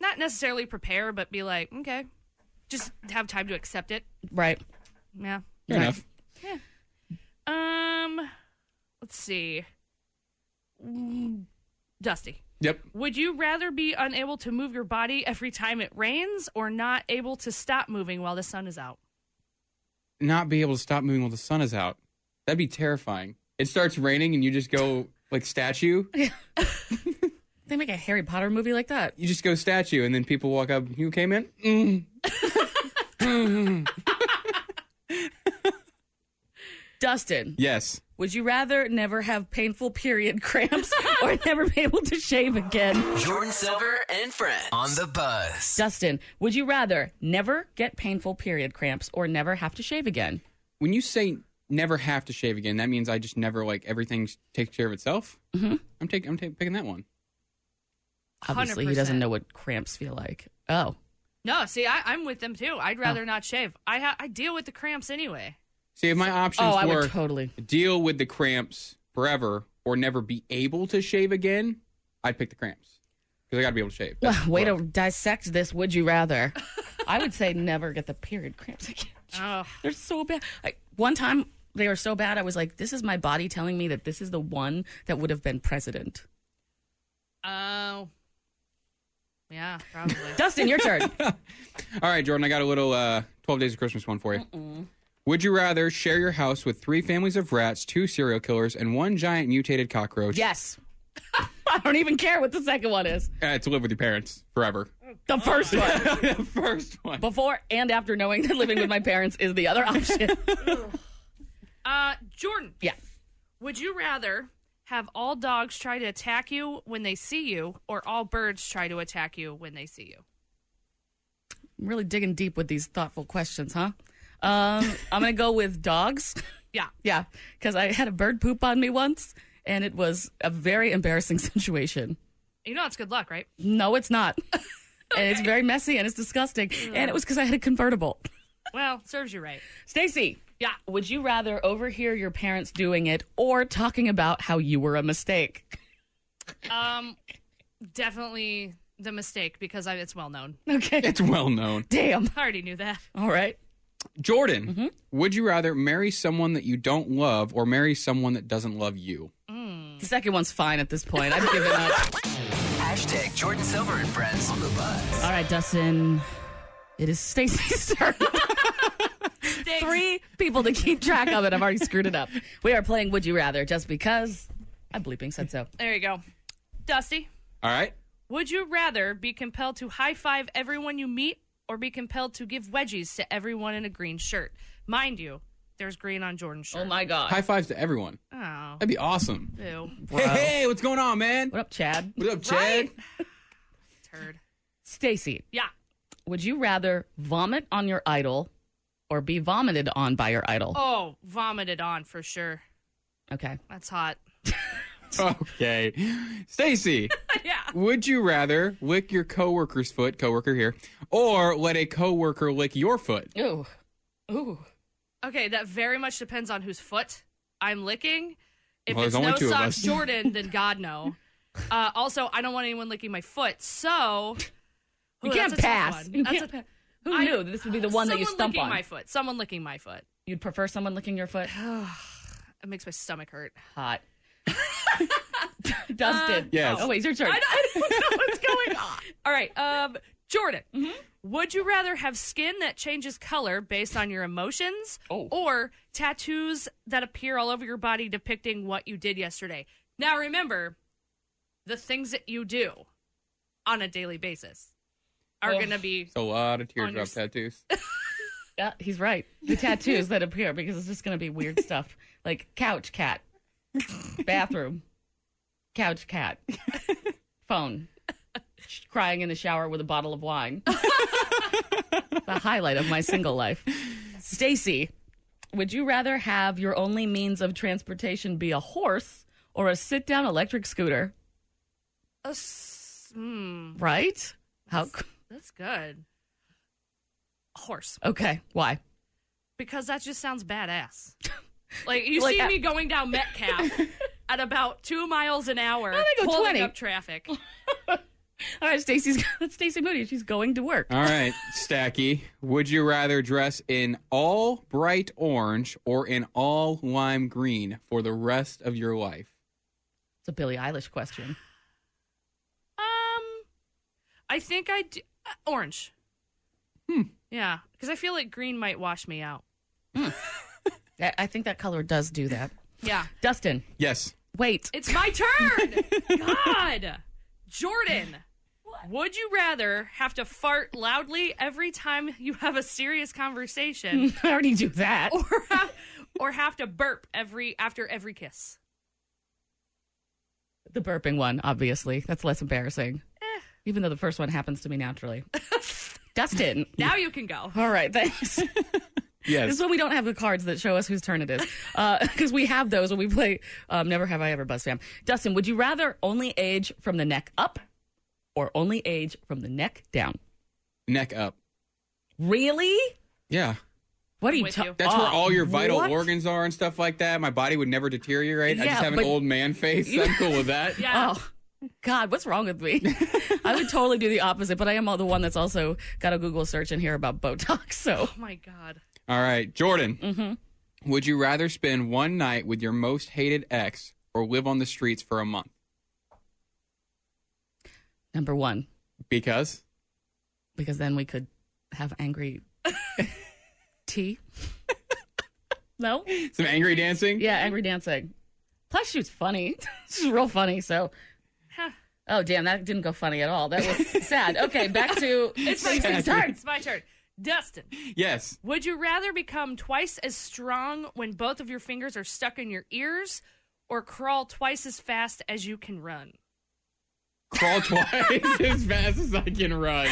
not necessarily prepare, but be like, okay, just have time to accept it.
right.
Yeah.
Fair enough.
Um, let's see. Mm, Dusty,
Yep.
would you rather be unable to move your body every time it rains, or not able to stop moving while the sun is out?
Not be able to stop moving while the sun is out. That'd be terrifying. It starts raining and you just go like statue.
They make a Harry Potter movie like that.
You just go statue, and then people walk up. You came in.
Mm. Dustin,
Yes.
would you rather never have painful period cramps or never be able to shave again?
Jordan Silver and Friends on the bus.
Dustin, would you rather never get painful period cramps or never have to shave again?
When you say never have to shave again, that means I just never like everything s- takes care of itself.
Mhm.
I'm taking. I'm ta- picking that one.
Obviously, he
100%.
doesn't know what cramps feel like. Oh,
No, see, I, I'm with them too. I'd rather not shave. I ha- I deal with the cramps anyway.
See, if my options
oh, I
were
would totally.
deal with the cramps forever or never be able to shave again, I'd pick the cramps because I got to be able to shave. That's
Way to
forever.
dissect this. Would you rather? I would say never get the period cramps again.
Oh,
They're so bad. I, one time they were so bad, I was like, "This is my body telling me that this is the one that would have been president."
oh, yeah, probably.
Dustin, your turn.
All right, Jordan, I got a little uh, 12 Days of Christmas one for you. Would you rather share your house with three families of rats, two serial killers, and one giant mutated cockroach?
yes. I don't even care what the second one is.
Uh, to live with your parents forever.
The first one.
the first one.
Before and after knowing that living with my parents is the other option.
Uh, Jordan,
Yeah.
would you rather have all dogs try to attack you when they see you, or all birds try to attack you when they see you?
I'm really digging deep with these thoughtful questions, huh? Um, I'm gonna go with dogs.
Yeah.
Yeah, because I had a bird poop on me once, and it was a very embarrassing situation.
You know it's good luck, right?
No, it's not. And it's very messy and it's disgusting. And it was because I had a convertible.
Well, serves you right.
Stacy. Yeah. Would you rather overhear your parents doing it or talking about how you were a mistake?
Um, definitely the mistake because I, it's well known.
Okay.
It's well known.
Damn.
I already knew that.
All right.
Jordan, would you rather marry someone that you don't love or marry someone that doesn't love you?
The second one's fine at this point. I've given up.
Hashtag Jordan Silver and Friends on the bus.
All right, Dustin. It is Stacy's turn. Three people to keep track of it. I've already screwed it up. We are playing Would You Rather just because I'm bleeping said so.
There you go, Dusty.
All right.
Would you rather be compelled to high five everyone you meet or be compelled to give wedgies to everyone in a green shirt? Mind you, there's green on Jordan's shirt.
my God.
High fives to everyone.
Oh,
That'd be awesome.
ew.
Hey, hey, what's going on, man?
What up, Chad?
What up, Chad?
Turd.
Stacy.
Yeah.
would you rather vomit on your idol or be vomited on by your idol?
Oh, vomited on for sure.
Okay.
That's hot.
Okay. Stacy,
yeah.
would you rather lick your coworker's foot, coworker here, or let a coworker lick your foot?
Ooh. Ooh.
Okay, that very much depends on whose foot I'm licking. If
Well,
it's
there's only
no
two of
socks
us.
Jordan, then God no. Uh, also, I don't want anyone licking my foot, so
You
Ooh,
can't
that's a tough
pass.
one.
You
That's
can't-
a-
Who
I-
knew this would be the one that you
someone
stump
licking
on?
My foot. Someone licking my foot.
You'd prefer someone licking your foot?
It makes my stomach hurt.
Hot. Dustin.
Yes.
Oh, wait, it's your turn.
Uh, I don't, I don't know what's going on. All right, um, Jordan. Would you rather have skin that changes color based on your emotions,
Oh.
or tattoos that appear all over your body depicting what you did yesterday? Now remember, the things that you do on a daily basis are
Ugh.
going to be
A lot of
On your
teardrop
s-
tattoos.
Yeah, Uh, he's right. The tattoos that appear because it's just going to be weird stuff like couch cat, bathroom, couch cat, phone, sh- crying in the shower with a bottle of wine. the highlight of my single life. Stacy, would you rather have your only means of transportation be a horse or a sit down electric scooter?
a uh, s- hmm,
Right? How? c-
that's good. Horse,
Okay, why?
because that just sounds badass. Like you
Like,
see
I-
me going down Metcalf at about two miles an hour,
I go
holding
20.
up traffic.
All right, Stacy's Stacy Moody. She's going to work.
All right, Stacky. Would you rather dress in all bright orange or in all lime green for the rest of your life?
It's a Billie Eilish question.
Um, I think I d- uh, orange. Hmm. Yeah, because I feel like green might wash me out.
I I think that color does do that.
Yeah,
Dustin,
Yes.
wait.
it's my turn. God, Jordan. Would you rather have to fart loudly every time you have a serious conversation,
I already do that.
or
Hmm.
have, or have to burp every after every kiss?
The burping one, obviously. That's less embarrassing. Even though the first one happens to me naturally. Dustin.
Now you can go.
All right, thanks. This
Yes.
is why we don't have the cards that show us whose turn it is. Because we have those when we play um, Never Have I Ever Buzz Fam. Dustin, would you rather only age from the neck up or only age from the neck down?
Neck up.
Really?
Yeah.
What are you
with
talking
you.
That's where all your vital
Ah, what?
organs are and stuff like that. My body would never deteriorate. I
Yeah,
just have an
but-
old man face. I'm cool with that.
Yeah.
Oh, God, what's wrong with me? I would totally do the opposite, but I am the one that's also got a Google search and hear about Botox. So,
Oh my god.
All right, Jordan.
Mm-hmm.
Would you rather spend one night with your most hated ex or live on the streets for a month?
number one,
Because
because then we could have angry tea. no?
some angry dancing.
Yeah, angry dancing. Plus, she was funny. She's real funny. So, oh, damn, that didn't go funny at all. That was sad. Okay, back to it's
my turn.
turn.
It's my turn. Dustin,
Yes.
would you rather become twice as strong when both of your fingers are stuck in your ears or crawl twice as fast as you can run?
Crawl twice as fast as I can run.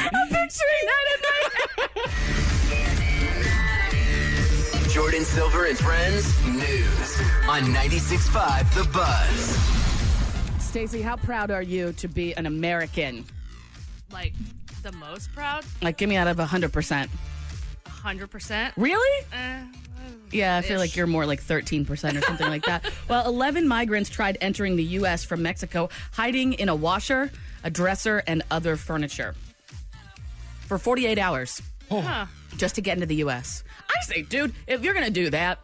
Jordan Silver and Friends News on 96.5 The Buzz.
Stacey, how proud are you to be an American?
Like the most proud?
Like, give me out of 100%.
100%?
Really?
Uh,
Yeah, I feel like you're more like 13% or something like that. Well, 11 migrants tried entering the U.S. from Mexico, hiding in a washer, a dresser, and other furniture for 48 hours
huh.
just to get into the U.S. I say, dude, if you're going to do that,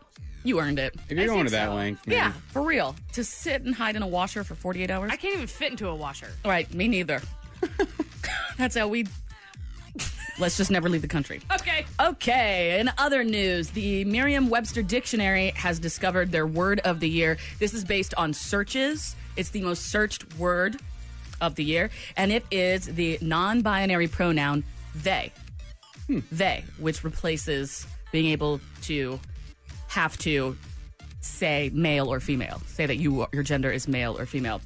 you earned it.
If you're going to that length, man.
Yeah, for real. To sit and hide in a washer for 48 hours?
I can't even fit into a washer.
All right, me neither. That's how we. Let's just never leave the country.
Okay.
Okay, in other news, the Merriam Webster Dictionary has discovered their word of the year. This is based on searches, it's the most searched word of the year, and it is the non binary pronoun they. They, which replaces being able to have to say male or female, say that you your gender is male or female.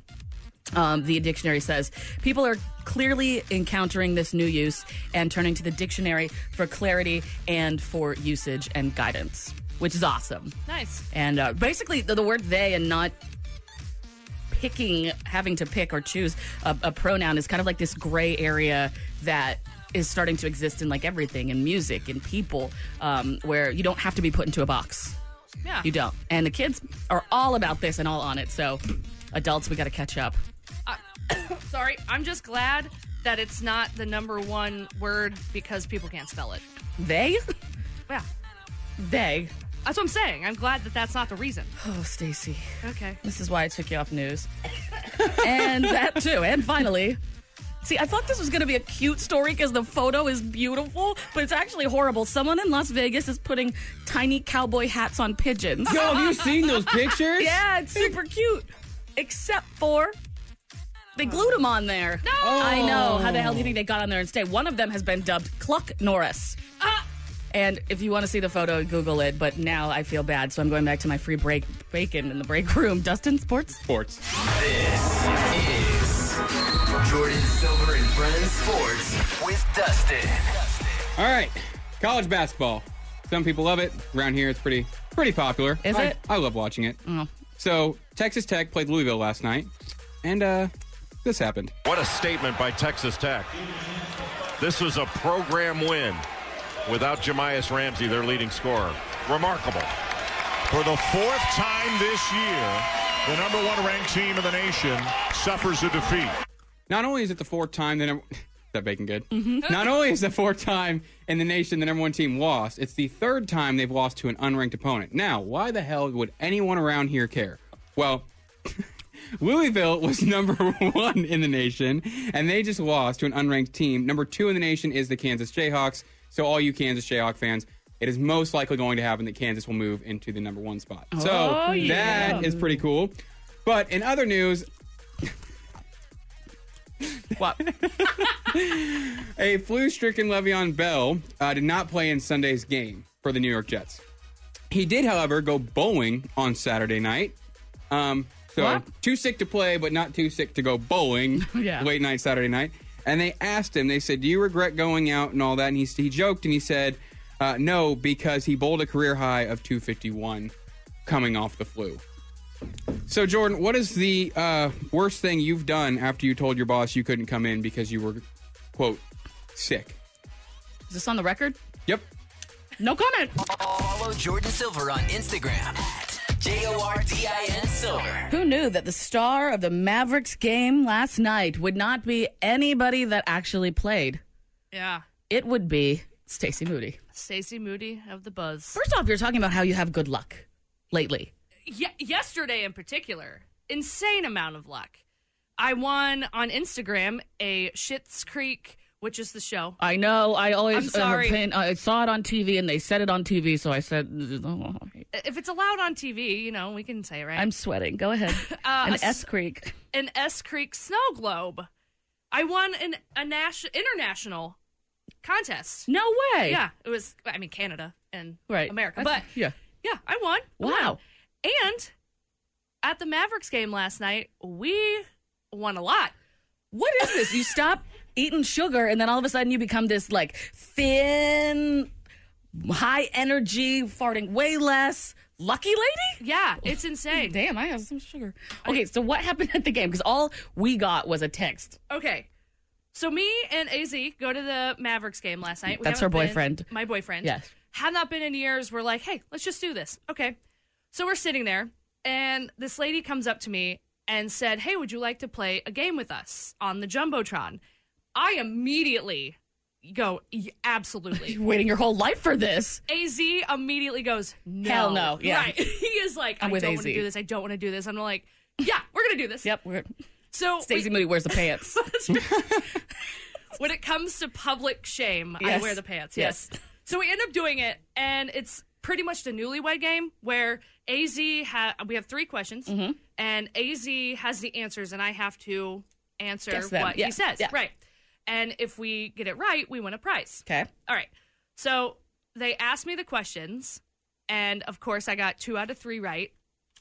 Um, the dictionary says people are clearly encountering this new use and turning to the dictionary for clarity and for usage and guidance, which is awesome.
Nice.
And uh, basically, the, the word they and not picking, having to pick or choose a, a pronoun is kind of like this gray area that is starting to exist in like everything in music and people um, where you don't have to be put into a box.
Yeah.
You don't. And the kids are all about this and all on it. So, adults, we got to catch up.
Sorry, I'm just glad that it's not the number one word because people can't spell it.
They?
Yeah,
They.
that's what I'm saying. I'm glad that that's not the reason.
Oh, Stacy.
Okay.
This is why I took you off news. and that too. And finally, see, I thought this was going to be a cute story because the photo is beautiful, but it's actually horrible. Someone in Las Vegas is putting tiny cowboy hats on pigeons.
Yo, have you seen those pictures?
yeah, it's super cute. Except for they glued them on there. No! I know. How the hell do you think they got on there and stayed? One of them has been dubbed Cluck Norris. And if you want to see the photo, Google it. But now I feel bad, so I'm going back to my free break bacon in the break room. Dustin Sports.
Sports.
This is Jordan Silver and Friends Sports with Dustin.
All right, college basketball. Some people love it. Around here, it's pretty pretty popular.
Is
I,
it? Oh.
I love watching it. So Texas Tech played Louisville last night, and uh, this happened.
What a statement by Texas Tech. This was a program win without Jemias Ramsey, their leading scorer. Remarkable.
For the fourth time this year, the number one ranked team in the nation suffers a defeat.
Not only is it the fourth time the number, that bacon good. Not only is the fourth time in the nation the number one team lost, it's the third time they've lost to an unranked opponent. Now, why the hell would anyone around here care? Well, Louisville was number one in the nation, and they just lost to an unranked team. Number two in the nation is the Kansas Jayhawks. So, all you Kansas Jayhawk fans, it is most likely going to happen that Kansas will move into the number one spot. So
Oh, yeah.
that is pretty cool. But in other news,
What?
A flu stricken Le'Veon Bell uh, did not play in Sunday's game for the New York Jets. He did, however, go bowling on Saturday night. Um, so,
What?
too sick to play, but not too sick to go bowling
Yeah.
late night Saturday night. And they asked him, they said, Do you regret going out and all that? And he, he joked and he said, uh, No, because he bowled a career high of 251 coming off the flu. So, Jordan, what is the uh, worst thing you've done after you told your boss you couldn't come in because you were, quote, sick?
Is this on the record?
Yep.
No comment.
Follow Jordan Silver on Instagram at J O R D I N Silver.
Who knew that the star of the Mavericks game last night would not be anybody that actually played?
Yeah.
It would be Stacey Moody.
Stacey Moody of the Buzz.
First off, you're talking about how you have good luck lately.
Ye- yesterday in particular, insane amount of luck. I won on Instagram a Shits Creek, which is the show.
I know. I always
I'm sorry.
uh, pin- I saw it on TV and they said it on TV, so I said, "Oh, all right."
If it's allowed on TV, you know we can say it, right.
I'm sweating. Go ahead.
Uh,
An
a s-
S Creek.
an S Creek snow globe. I won an a nas- international contest.
No way.
Yeah, it was. I mean, Canada and
Right.
America,
That's-
but
yeah.
yeah, I won. I won.
Wow.
And at the Mavericks game last night, we won a lot.
What is this? You stop eating sugar and then all of a sudden you become this like thin, high energy, farting way less lucky lady?
Yeah, it's insane.
Damn, I have some sugar. Okay, so what happened at the game? Because all we got was a text.
Okay. So me and AZ go to the Mavericks game last night. We
That's her
haven't been-
boyfriend.
my boyfriend.
Yes.
Have not been in years. We're like, hey, let's just do this. Okay. So we're sitting there, and this lady comes up to me and said, hey, would you like to play a game with us on the Jumbotron? I immediately go, "Y- absolutely.
You're waiting your whole life for this.
AZ immediately goes, no.
Hell no, yeah.
Right. He is like, I
I'm with
don't want to
AZ.
do this. I don't want to do this. I'm like, yeah, we're going to do this.
Yep, we're
So we-
Stacey Moody wears the pants.
when it comes to public shame, I
Yes.
wear the pants. Yes.
Yes.
So we end up doing it, and it's pretty much the newlywed game where AZ ha- we have three questions,
Mm-hmm.
and AZ has the answers, and I have to answer
Guess them.
what
Yeah.
he says.
Yeah.
Right. And if we get it right, we win a prize.
okay.
All right. So they asked me the questions, and of course, I got two out of three right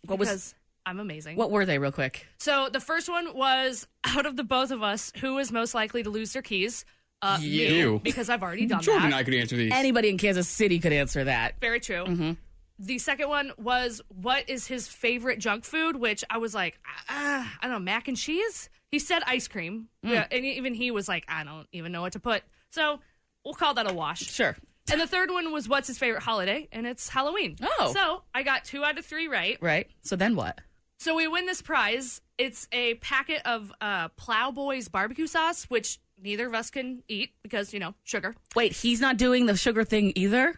What
because
was
I'm amazing.
what were they real quick?
So the first one was out of the both of us, who is most likely to lose their keys? Uh, me,
You.
because I've already done
Jordan and
that.
I could answer these.
Anybody in Kansas City could answer that.
Very true.
Mm-hmm.
The second one was what is his favorite junk food? Which I was like, uh, I don't know, mac and cheese. He said ice cream,
Mm.
yeah, and even he was like, I don't even know what to put. So we'll call that a wash.
Sure.
And the third one was what's his favorite holiday, and it's Halloween.
Oh.
so I got two out of three right.
Right? So then what?
So we win this prize. It's a packet of uh, Plowboys barbecue sauce, which neither of us can eat because you know sugar.
Wait, he's not doing the sugar thing either.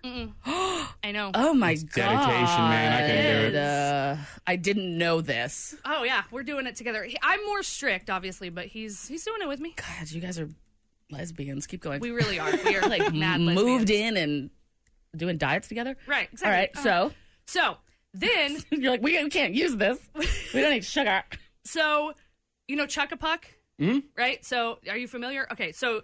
I know.
Oh my god!
dedication, man. I couldn't do it.
Uh, I didn't know this.
Oh yeah, we're doing it together. He- I'm more strict, obviously, but he's he's doing it with me.
God, you guys are lesbians. Keep going.
We really are. We are like mad.
moved in and doing diets together.
Right. Exactly.
All right.
Uh-huh.
So
So then
you're like, we can't use this. We don't need sugar.
so you know Chuck a Puck,
Hmm?
right? So are you familiar? Okay, so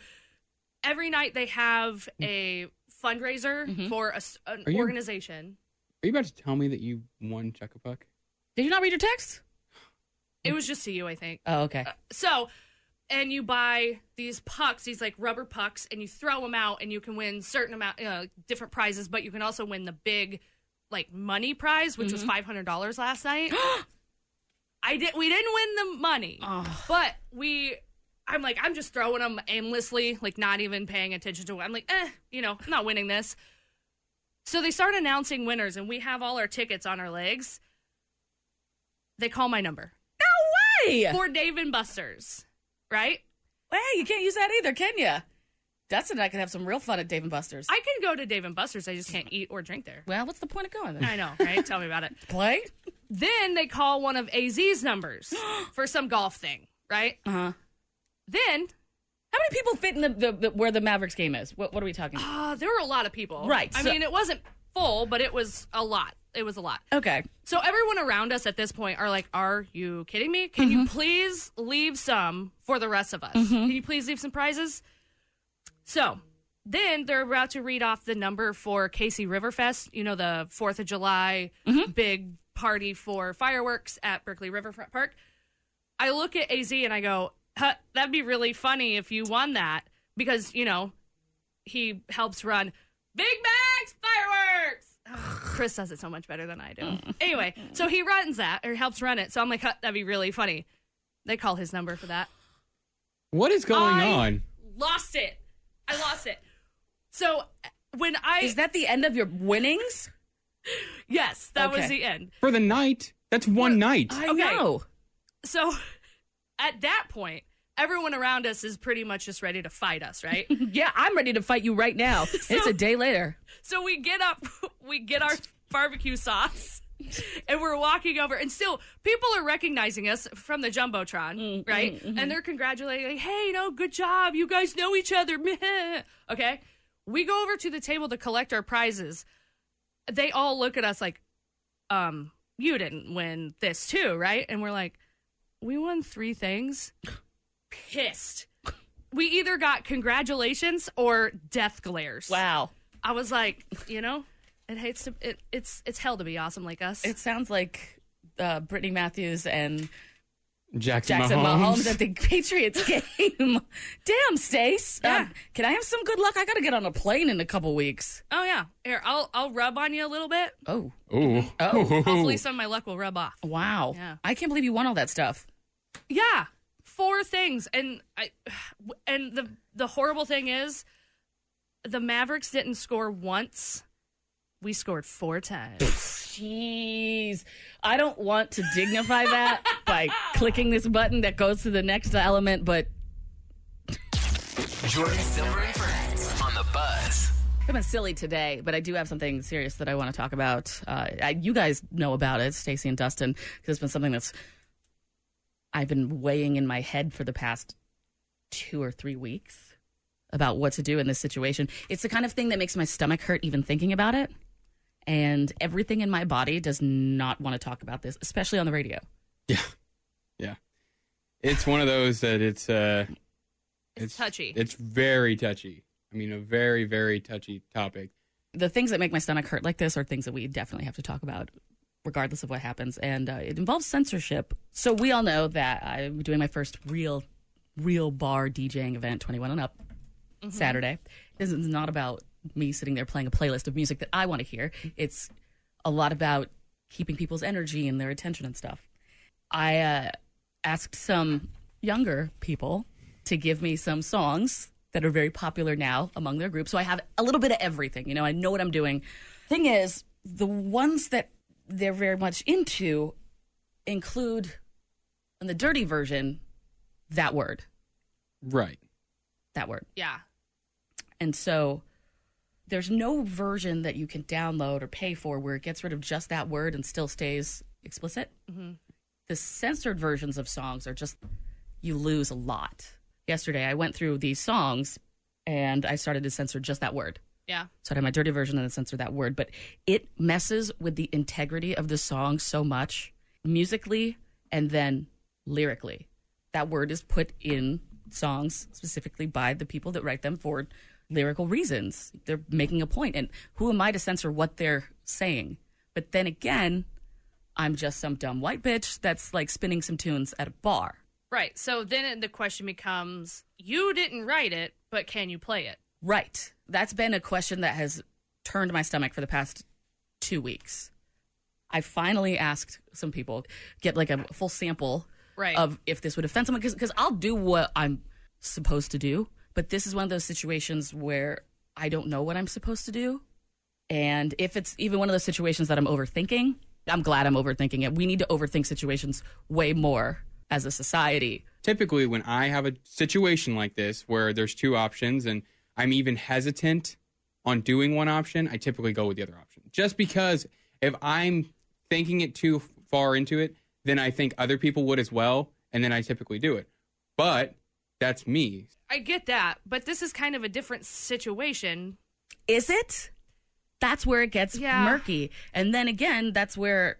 every night they have a fundraiser
Mm-hmm.
for a s an
Are you-
organization.
Are you about to tell me that you won Chuck a Puck?
Did you not read your text?
It was just to you, I think.
Oh, okay.
So, and you buy these pucks, these like rubber pucks, and you throw them out, and you can win certain amount, uh, different prizes, but you can also win the big, like money prize, which was five hundred dollars last night. I did. We didn't win the money, but we. I'm like, I'm just throwing them aimlessly, like not even paying attention to. I'm like, eh, you know, I'm not winning this. So they start announcing winners, and we have all our tickets on our legs. They call my number
Hey,
for Dave and Buster's, right?
hey, you can't use that either, can you? Dustin and I could have some real fun at Dave and Buster's.
I can go to Dave and Buster's. I just can't eat or drink there.
well, what's the point of going there?
I know, right? Tell me about it.
Play?
Then they call one of AZ's numbers for some golf thing, right?
Uh huh.
Then
How many people fit in the, the, the where the Mavericks game is? What, what are we talking? about?
uh, there were a lot of people.
Right,
I
so-
mean, it wasn't full, but it was a lot. It was a lot.
Okay.
So everyone around us at this point are like, "Are you kidding me? Can you please leave some for the rest of us? Can you please leave some prizes?" So then they're about to read off the number for Casey Riverfest. You know, the Fourth of July big party for fireworks at Berkeley Riverfront Park. I look at Az and I go, huh, "That'd be really funny if you won that because you know he helps run Big Macs fireworks." Chris does it so much better than I do. Anyway, so he runs that or helps run it. So I'm like, "Huh, that'd be really funny. They call his number for that.
What is going
I-
on?
Lost it. I lost it. So when I
Is that the end of your winnings?
yes, that was
Okay.
the end.
For the night? That's one night.
I
Okay.
know.
So at that point, everyone around us is pretty much just ready to fight us, right?
Yeah, I'm ready to fight you right now. it's a day later.
So we get up, we get our barbecue sauce, and we're walking over. And still, people are recognizing us from the Jumbotron, right? And they're congratulating, like, hey, you know, good job. You guys know each other. Meh. okay. We go over to the table to collect our prizes. They all look at us like, um, you didn't win this too, right? And we're like, we won three things. Pissed. We either got congratulations or death glares.
Wow.
I was like, you know, it hates to it, it's it's hell to be awesome like us.
It sounds like uh, Brittany Matthews and
Jackson,
Jackson
Mahomes.
Mahomes. at the Patriots game. Damn, Stace.
Yeah.
Um, can I have some good luck? I got to get on a plane in a couple weeks.
oh yeah, here I'll I'll rub on you a little bit.
Oh,
Ooh.
Hopefully, some of my luck will rub off.
wow.
Yeah.
I can't believe you won all that stuff.
Yeah, four things, and I and the the horrible thing is, the Mavericks didn't score once. We scored four times.
Jeez. I don't want to dignify that by clicking this button that goes to the next element, but
Jordan Silver and Friends on the Buzz.
I've been silly today, but I do have something serious that I want to talk about. Uh, I, you guys know about it, Stacy and Dustin, because it's been something that's I've been weighing in my head for the past two or three weeks about what to do in this situation. It's the kind of thing that makes my stomach hurt even thinking about it, and everything in my body does not want to talk about this, especially on the radio.
It's one of those that it's uh
It's touchy.
It's very touchy. I mean, a very very touchy topic.
the things that make my stomach hurt like this are things that we definitely have to talk about regardless of what happens and uh, it involves censorship so we all know that i'm doing my first real real bar djing event 21 and up saturday this is not about me sitting there playing a playlist of music that i want to hear it's a lot about keeping people's energy and their attention and stuff i uh, asked some younger people to give me some songs that are very popular now among their group. So I have a little bit of everything. You know, I know what I'm doing. Thing is, the ones that they're very much into, include in the dirty version that word,
Right.
that word.
Yeah.
And so there's no version that you can download or pay for where it gets rid of just that word and still stays explicit. The censored versions of songs are just, you lose a lot. Yesterday, I went through these songs and I started to censor just that word.
Yeah.
So I had my dirty version and then censored that word, but it messes with the integrity of the song so much musically and then lyrically. That word is put in songs specifically by the people that write them for lyrical reasons. They're making a point, and who am I to censor what they're saying? But then again, I'm just some dumb white bitch that's like spinning some tunes at a bar.
Right. So then the question becomes you didn't write it, but can you play it?
Right. That's been a question that has turned my stomach for the past two weeks. I finally asked some people get like a full sample
Right.
of if this would offend someone because I'll do what I'm supposed to do, but this is one of those situations where I don't know what I'm supposed to do, and if it's even one of those situations that I'm overthinking, I'm glad I'm overthinking it. We need to overthink situations way more as a society.
Typically, when I have a situation like this where there's two options and I'm even hesitant on doing one option, I typically go with the other option. Just because if I'm thinking it too far into it, then I think other people would as well. And then I typically do it. But that's me.
I get that, but this is kind of a different situation.
Is it? That's where it gets
Yeah.
murky. And then again, that's where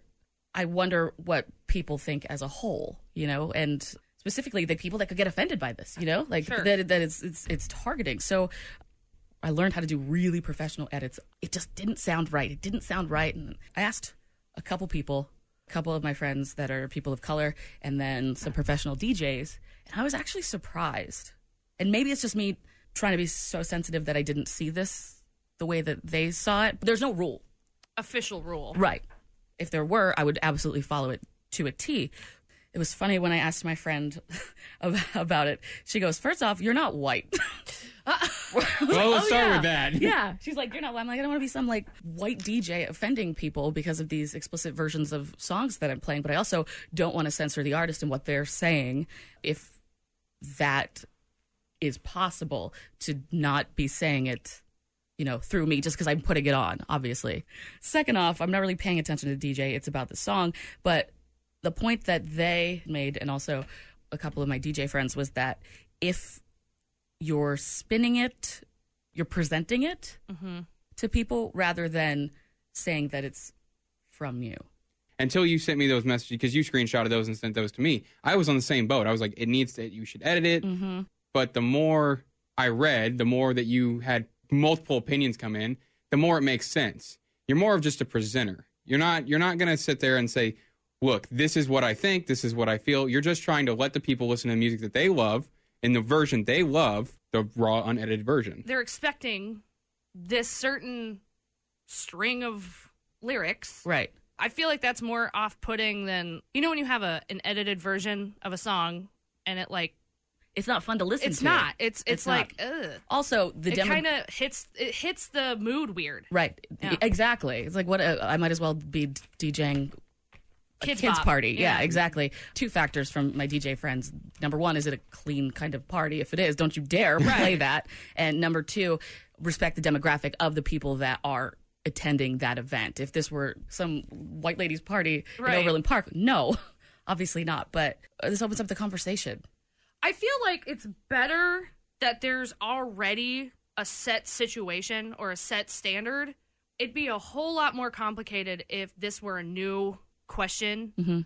I wonder what people think as a whole, you know, and specifically the people that could get offended by this, you know, like
Sure.
that, that it's, it's, it's targeting. So I learned how to do really professional edits. It just didn't sound right. It didn't sound right. And I asked a couple people, a couple of my friends that are people of color, and then some professional DJs. And I was actually surprised. And maybe it's just me trying to be so sensitive that I didn't see this the way that they saw it. There's no rule.
Official rule.
Right. If there were, I would absolutely follow it to a T. It was funny when I asked my friend ab- about it. She goes, First off, you're not white.
Well, let's
Oh,
start
yeah.
with that.
Yeah. She's like, You're not white. I'm like, I don't want to be some like white DJ offending people because of these explicit versions of songs that I'm playing, but I also don't want to censor the artist and what they're saying if that is possible to not be saying it you know, through me just because I'm putting it on, obviously. Second off, I'm not really paying attention to DJ. It's about the song. But the point that they made, and also a couple of my DJ friends, was that if you're spinning it, you're presenting it to people rather than saying that it's from you.
until you sent me those messages because you screenshotted those and sent those to me. I was on the same boat. I was like, it needs to, you should edit it.
Mm-hmm.
But the more I read, the more that you had multiple opinions come in, the more it makes sense. You're more of just a presenter. You're not, you're not going to sit there and say, look, this is what I think. This is what I feel. You're just trying to let the people listen to the music that they love in the version they love, the raw, unedited version.
They're expecting this certain string of lyrics.
Right.
I feel like that's more off putting than you know when you have a an edited version of a song and it like
It's not fun to listen
it's
to.
not. It's it's,
not.
like ugh.
Also, the
it
demo.
kind of hits it hits the mood weird.
Right.
Yeah.
Exactly. It's like what uh, I might as well be d- DJing a
Kids
kids,
bop.
party. Yeah.
Yeah.
exactly. Two factors from my DJ friends. Number one, is it a clean kind of party? If it is, don't you dare play that. And number two, respect the demographic of the people that are attending that event. If this were some white lady's party
Right.
in Overland Park, no, obviously not. But uh, this opens up the conversation.
I feel like it's better that there's already a set situation or a set standard. It'd be a whole lot more complicated if this were a new question
Mm-hmm.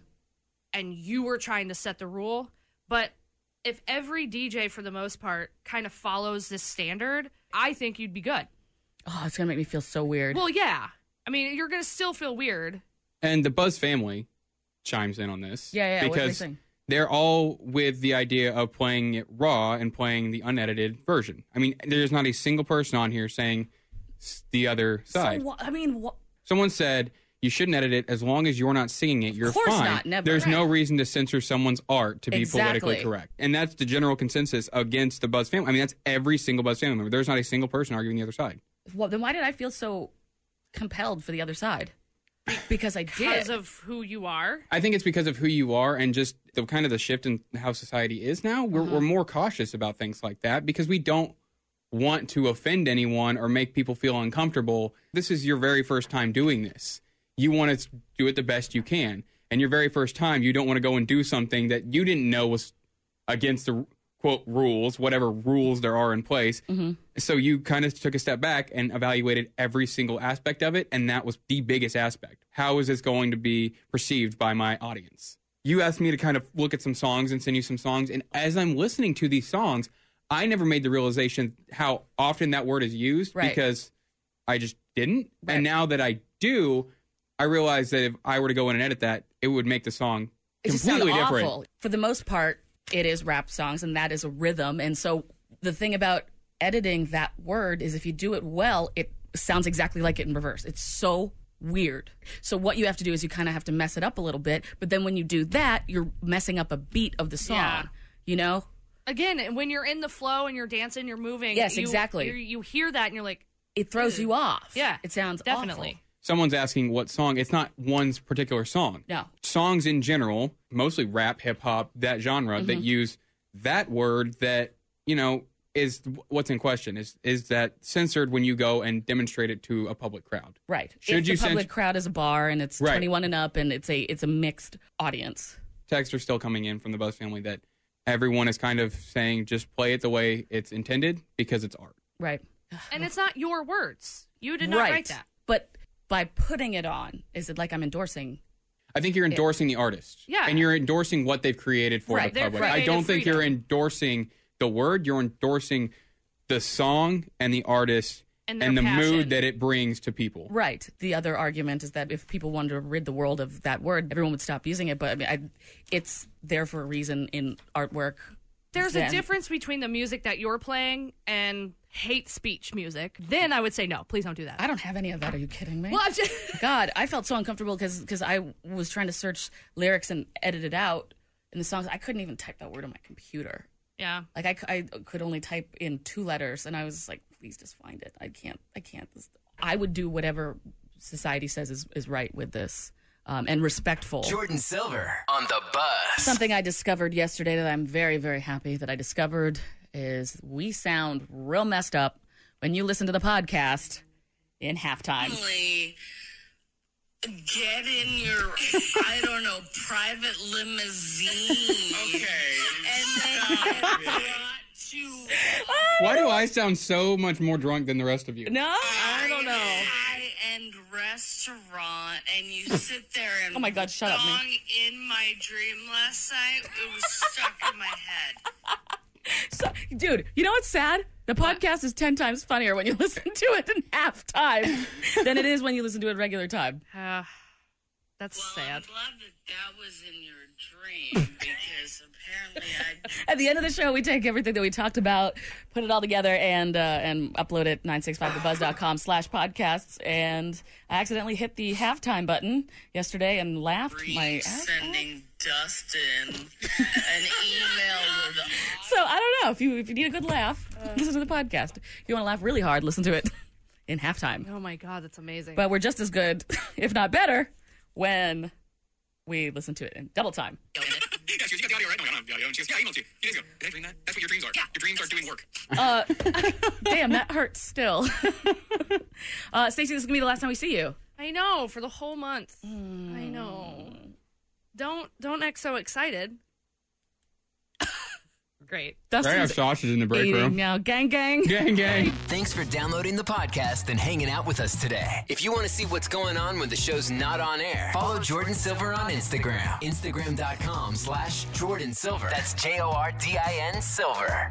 and you were trying to set the rule. But if every DJ, for the most part, kind of follows this standard, I think you'd be good.
Oh, it's gonna make me feel so weird.
Well, yeah. I mean, you're going to still feel weird.
And the Buzz family chimes in on this.
Yeah, yeah, what
Because
do they think?
they're all with the idea of playing it raw and playing the unedited version. I mean, there's not a single person on here saying s- the other
so
side.
wha- I mean, wha-
Someone said you shouldn't edit it as long as you're not singing it. You're
course
fine.
not, never.
There's
Right.
no reason to censor someone's art to be
Exactly.
politically correct. And that's the general consensus against the Buzz family. I mean, that's every single Buzz family member. There's not a single person arguing the other side.
well, then why did I feel so compelled for the other side? because I did.
because of who you are.
I think it's because of who you are and just the kind of the shift in how society is now. We're, we're more cautious about things like that because we don't want to offend anyone or make people feel uncomfortable. This is your very first time doing this. You want to do it the best you can. And your very first time, you don't want to go and do something that you didn't know was against the quote rules, whatever rules there are in place.
Mm-hmm.
So you kind of took a step back and evaluated every single aspect of it, and that was the biggest aspect. How is this going to be perceived by my audience? You asked me to kind of look at some songs and send you some songs, and as I'm listening to these songs, I never made the realization how often that word is used
Right.
because I just didn't. And now that I do, I realize that if I were to go in and edit that, it would make the song
it just sounds
completely different.
awful. For the most part, it is rap songs, and that is a rhythm. And so the thing about editing that word is if you do it well, it sounds exactly like it in reverse. It's so weird. So what you have to do is you kind of have to mess it up a little bit. But then when you do that, you're messing up a beat of the song.
Yeah.
You know?
Again, when you're in the flow and you're dancing, you're moving.
Yes,
you-
exactly.
You, you hear that and you're like,
it
Mm.
throws you off.
Yeah,
it sounds
definitely.
someone's asking what song, it's not one's particular song.
No.
Songs in general, mostly rap, hip hop, that genre that
Mhm.
use that word that, you know, is what's in question is is that censored when you go and demonstrate it to a public crowd.
Right.
Should
if
you
the public
censor-
crowd is a bar and it's
Right.
21 and up and it's a it's a mixed audience.
Texts are still coming in from the Buzz family that everyone is kind of saying just play it the way it's intended because it's art.
Right.
and it's not your words. You did not write that.
But by putting it on, is it like I'm endorsing?
I think you're endorsing the artist.
Yeah.
And you're endorsing what they've created for
Right,
the
their
public. I don't
creative
think you're endorsing the word, you're endorsing the song and the artist
And
and,
their
the
passion.
mood that it brings to people.
Right. The other argument is that if people wanted to rid the world of that word, everyone would stop using it. But I mean, I, it's there for a reason in artwork.
There's
Then-
a difference between the music that you're playing and hate speech music. Then I would say no, please don't do that.
I don't have any of that. Are you kidding me? Well, I'm just- God, I felt so uncomfortable because I was trying to search lyrics and edit it out in the songs. I couldn't even type that word on my computer.
Yeah.
Like I, c- I could only type in two letters, and I was just like, please just find it. I can't. I can't. This, I would do whatever society says is, is right with this um, and respectful.
Jordan Silver on the bus.
Something I discovered yesterday that I'm very, very happy that I discovered is we sound real messed up when you listen to the podcast in halftime.
Finally, get in your, I don't know, private limousine. Okay. And then get brought to.
Why do I sound so much more drunk than the rest of you?
I don't know. High end restaurant, and you sit there and
Oh my God, shut up, man.
song in my dream last night. It was stuck in my head.
So, dude, you know what's sad? The podcast is 10 times funnier when you listen to it in halftime than it is when you listen to it regular time.
Uh, that's
sad. I'm glad that that was in your dream because apparently I
At the end of the show, we take everything that we talked about, put it all together, and uh, and upload it 965thebuzz.com slash podcasts. And I accidentally hit the halftime button yesterday and laughed my ass.
sending Dustin an email with
So I don't know if you if you need a good laugh, listen to the podcast. If you want to laugh really hard, listen to it in halftime.
Oh my god, that's amazing.
But we're just as good, if not better, when we listen to it in double time.
Yeah, she goes, you got the audio right? No, I don't have the audio. And she goes, yeah, I emailed you. You days ago. Did I dream that? That's what your dreams are. Your dreams are doing work.
Uh, damn, that hurts still. uh, Stacey, this is gonna be the last time we see you.
I know for the whole month.
Hmm.
I know. Don't don't act so excited. Great.
Dustin's
I have sausage in the break
eating
room.
Now, gang, gang.
Gang, gang.
Thanks for downloading the podcast and hanging out with us today. If you want to see what's going on when the show's not on air, follow Jordan Silver on Instagram. Instagram.com slash Jordan Silver. That's J O R D I N Silver.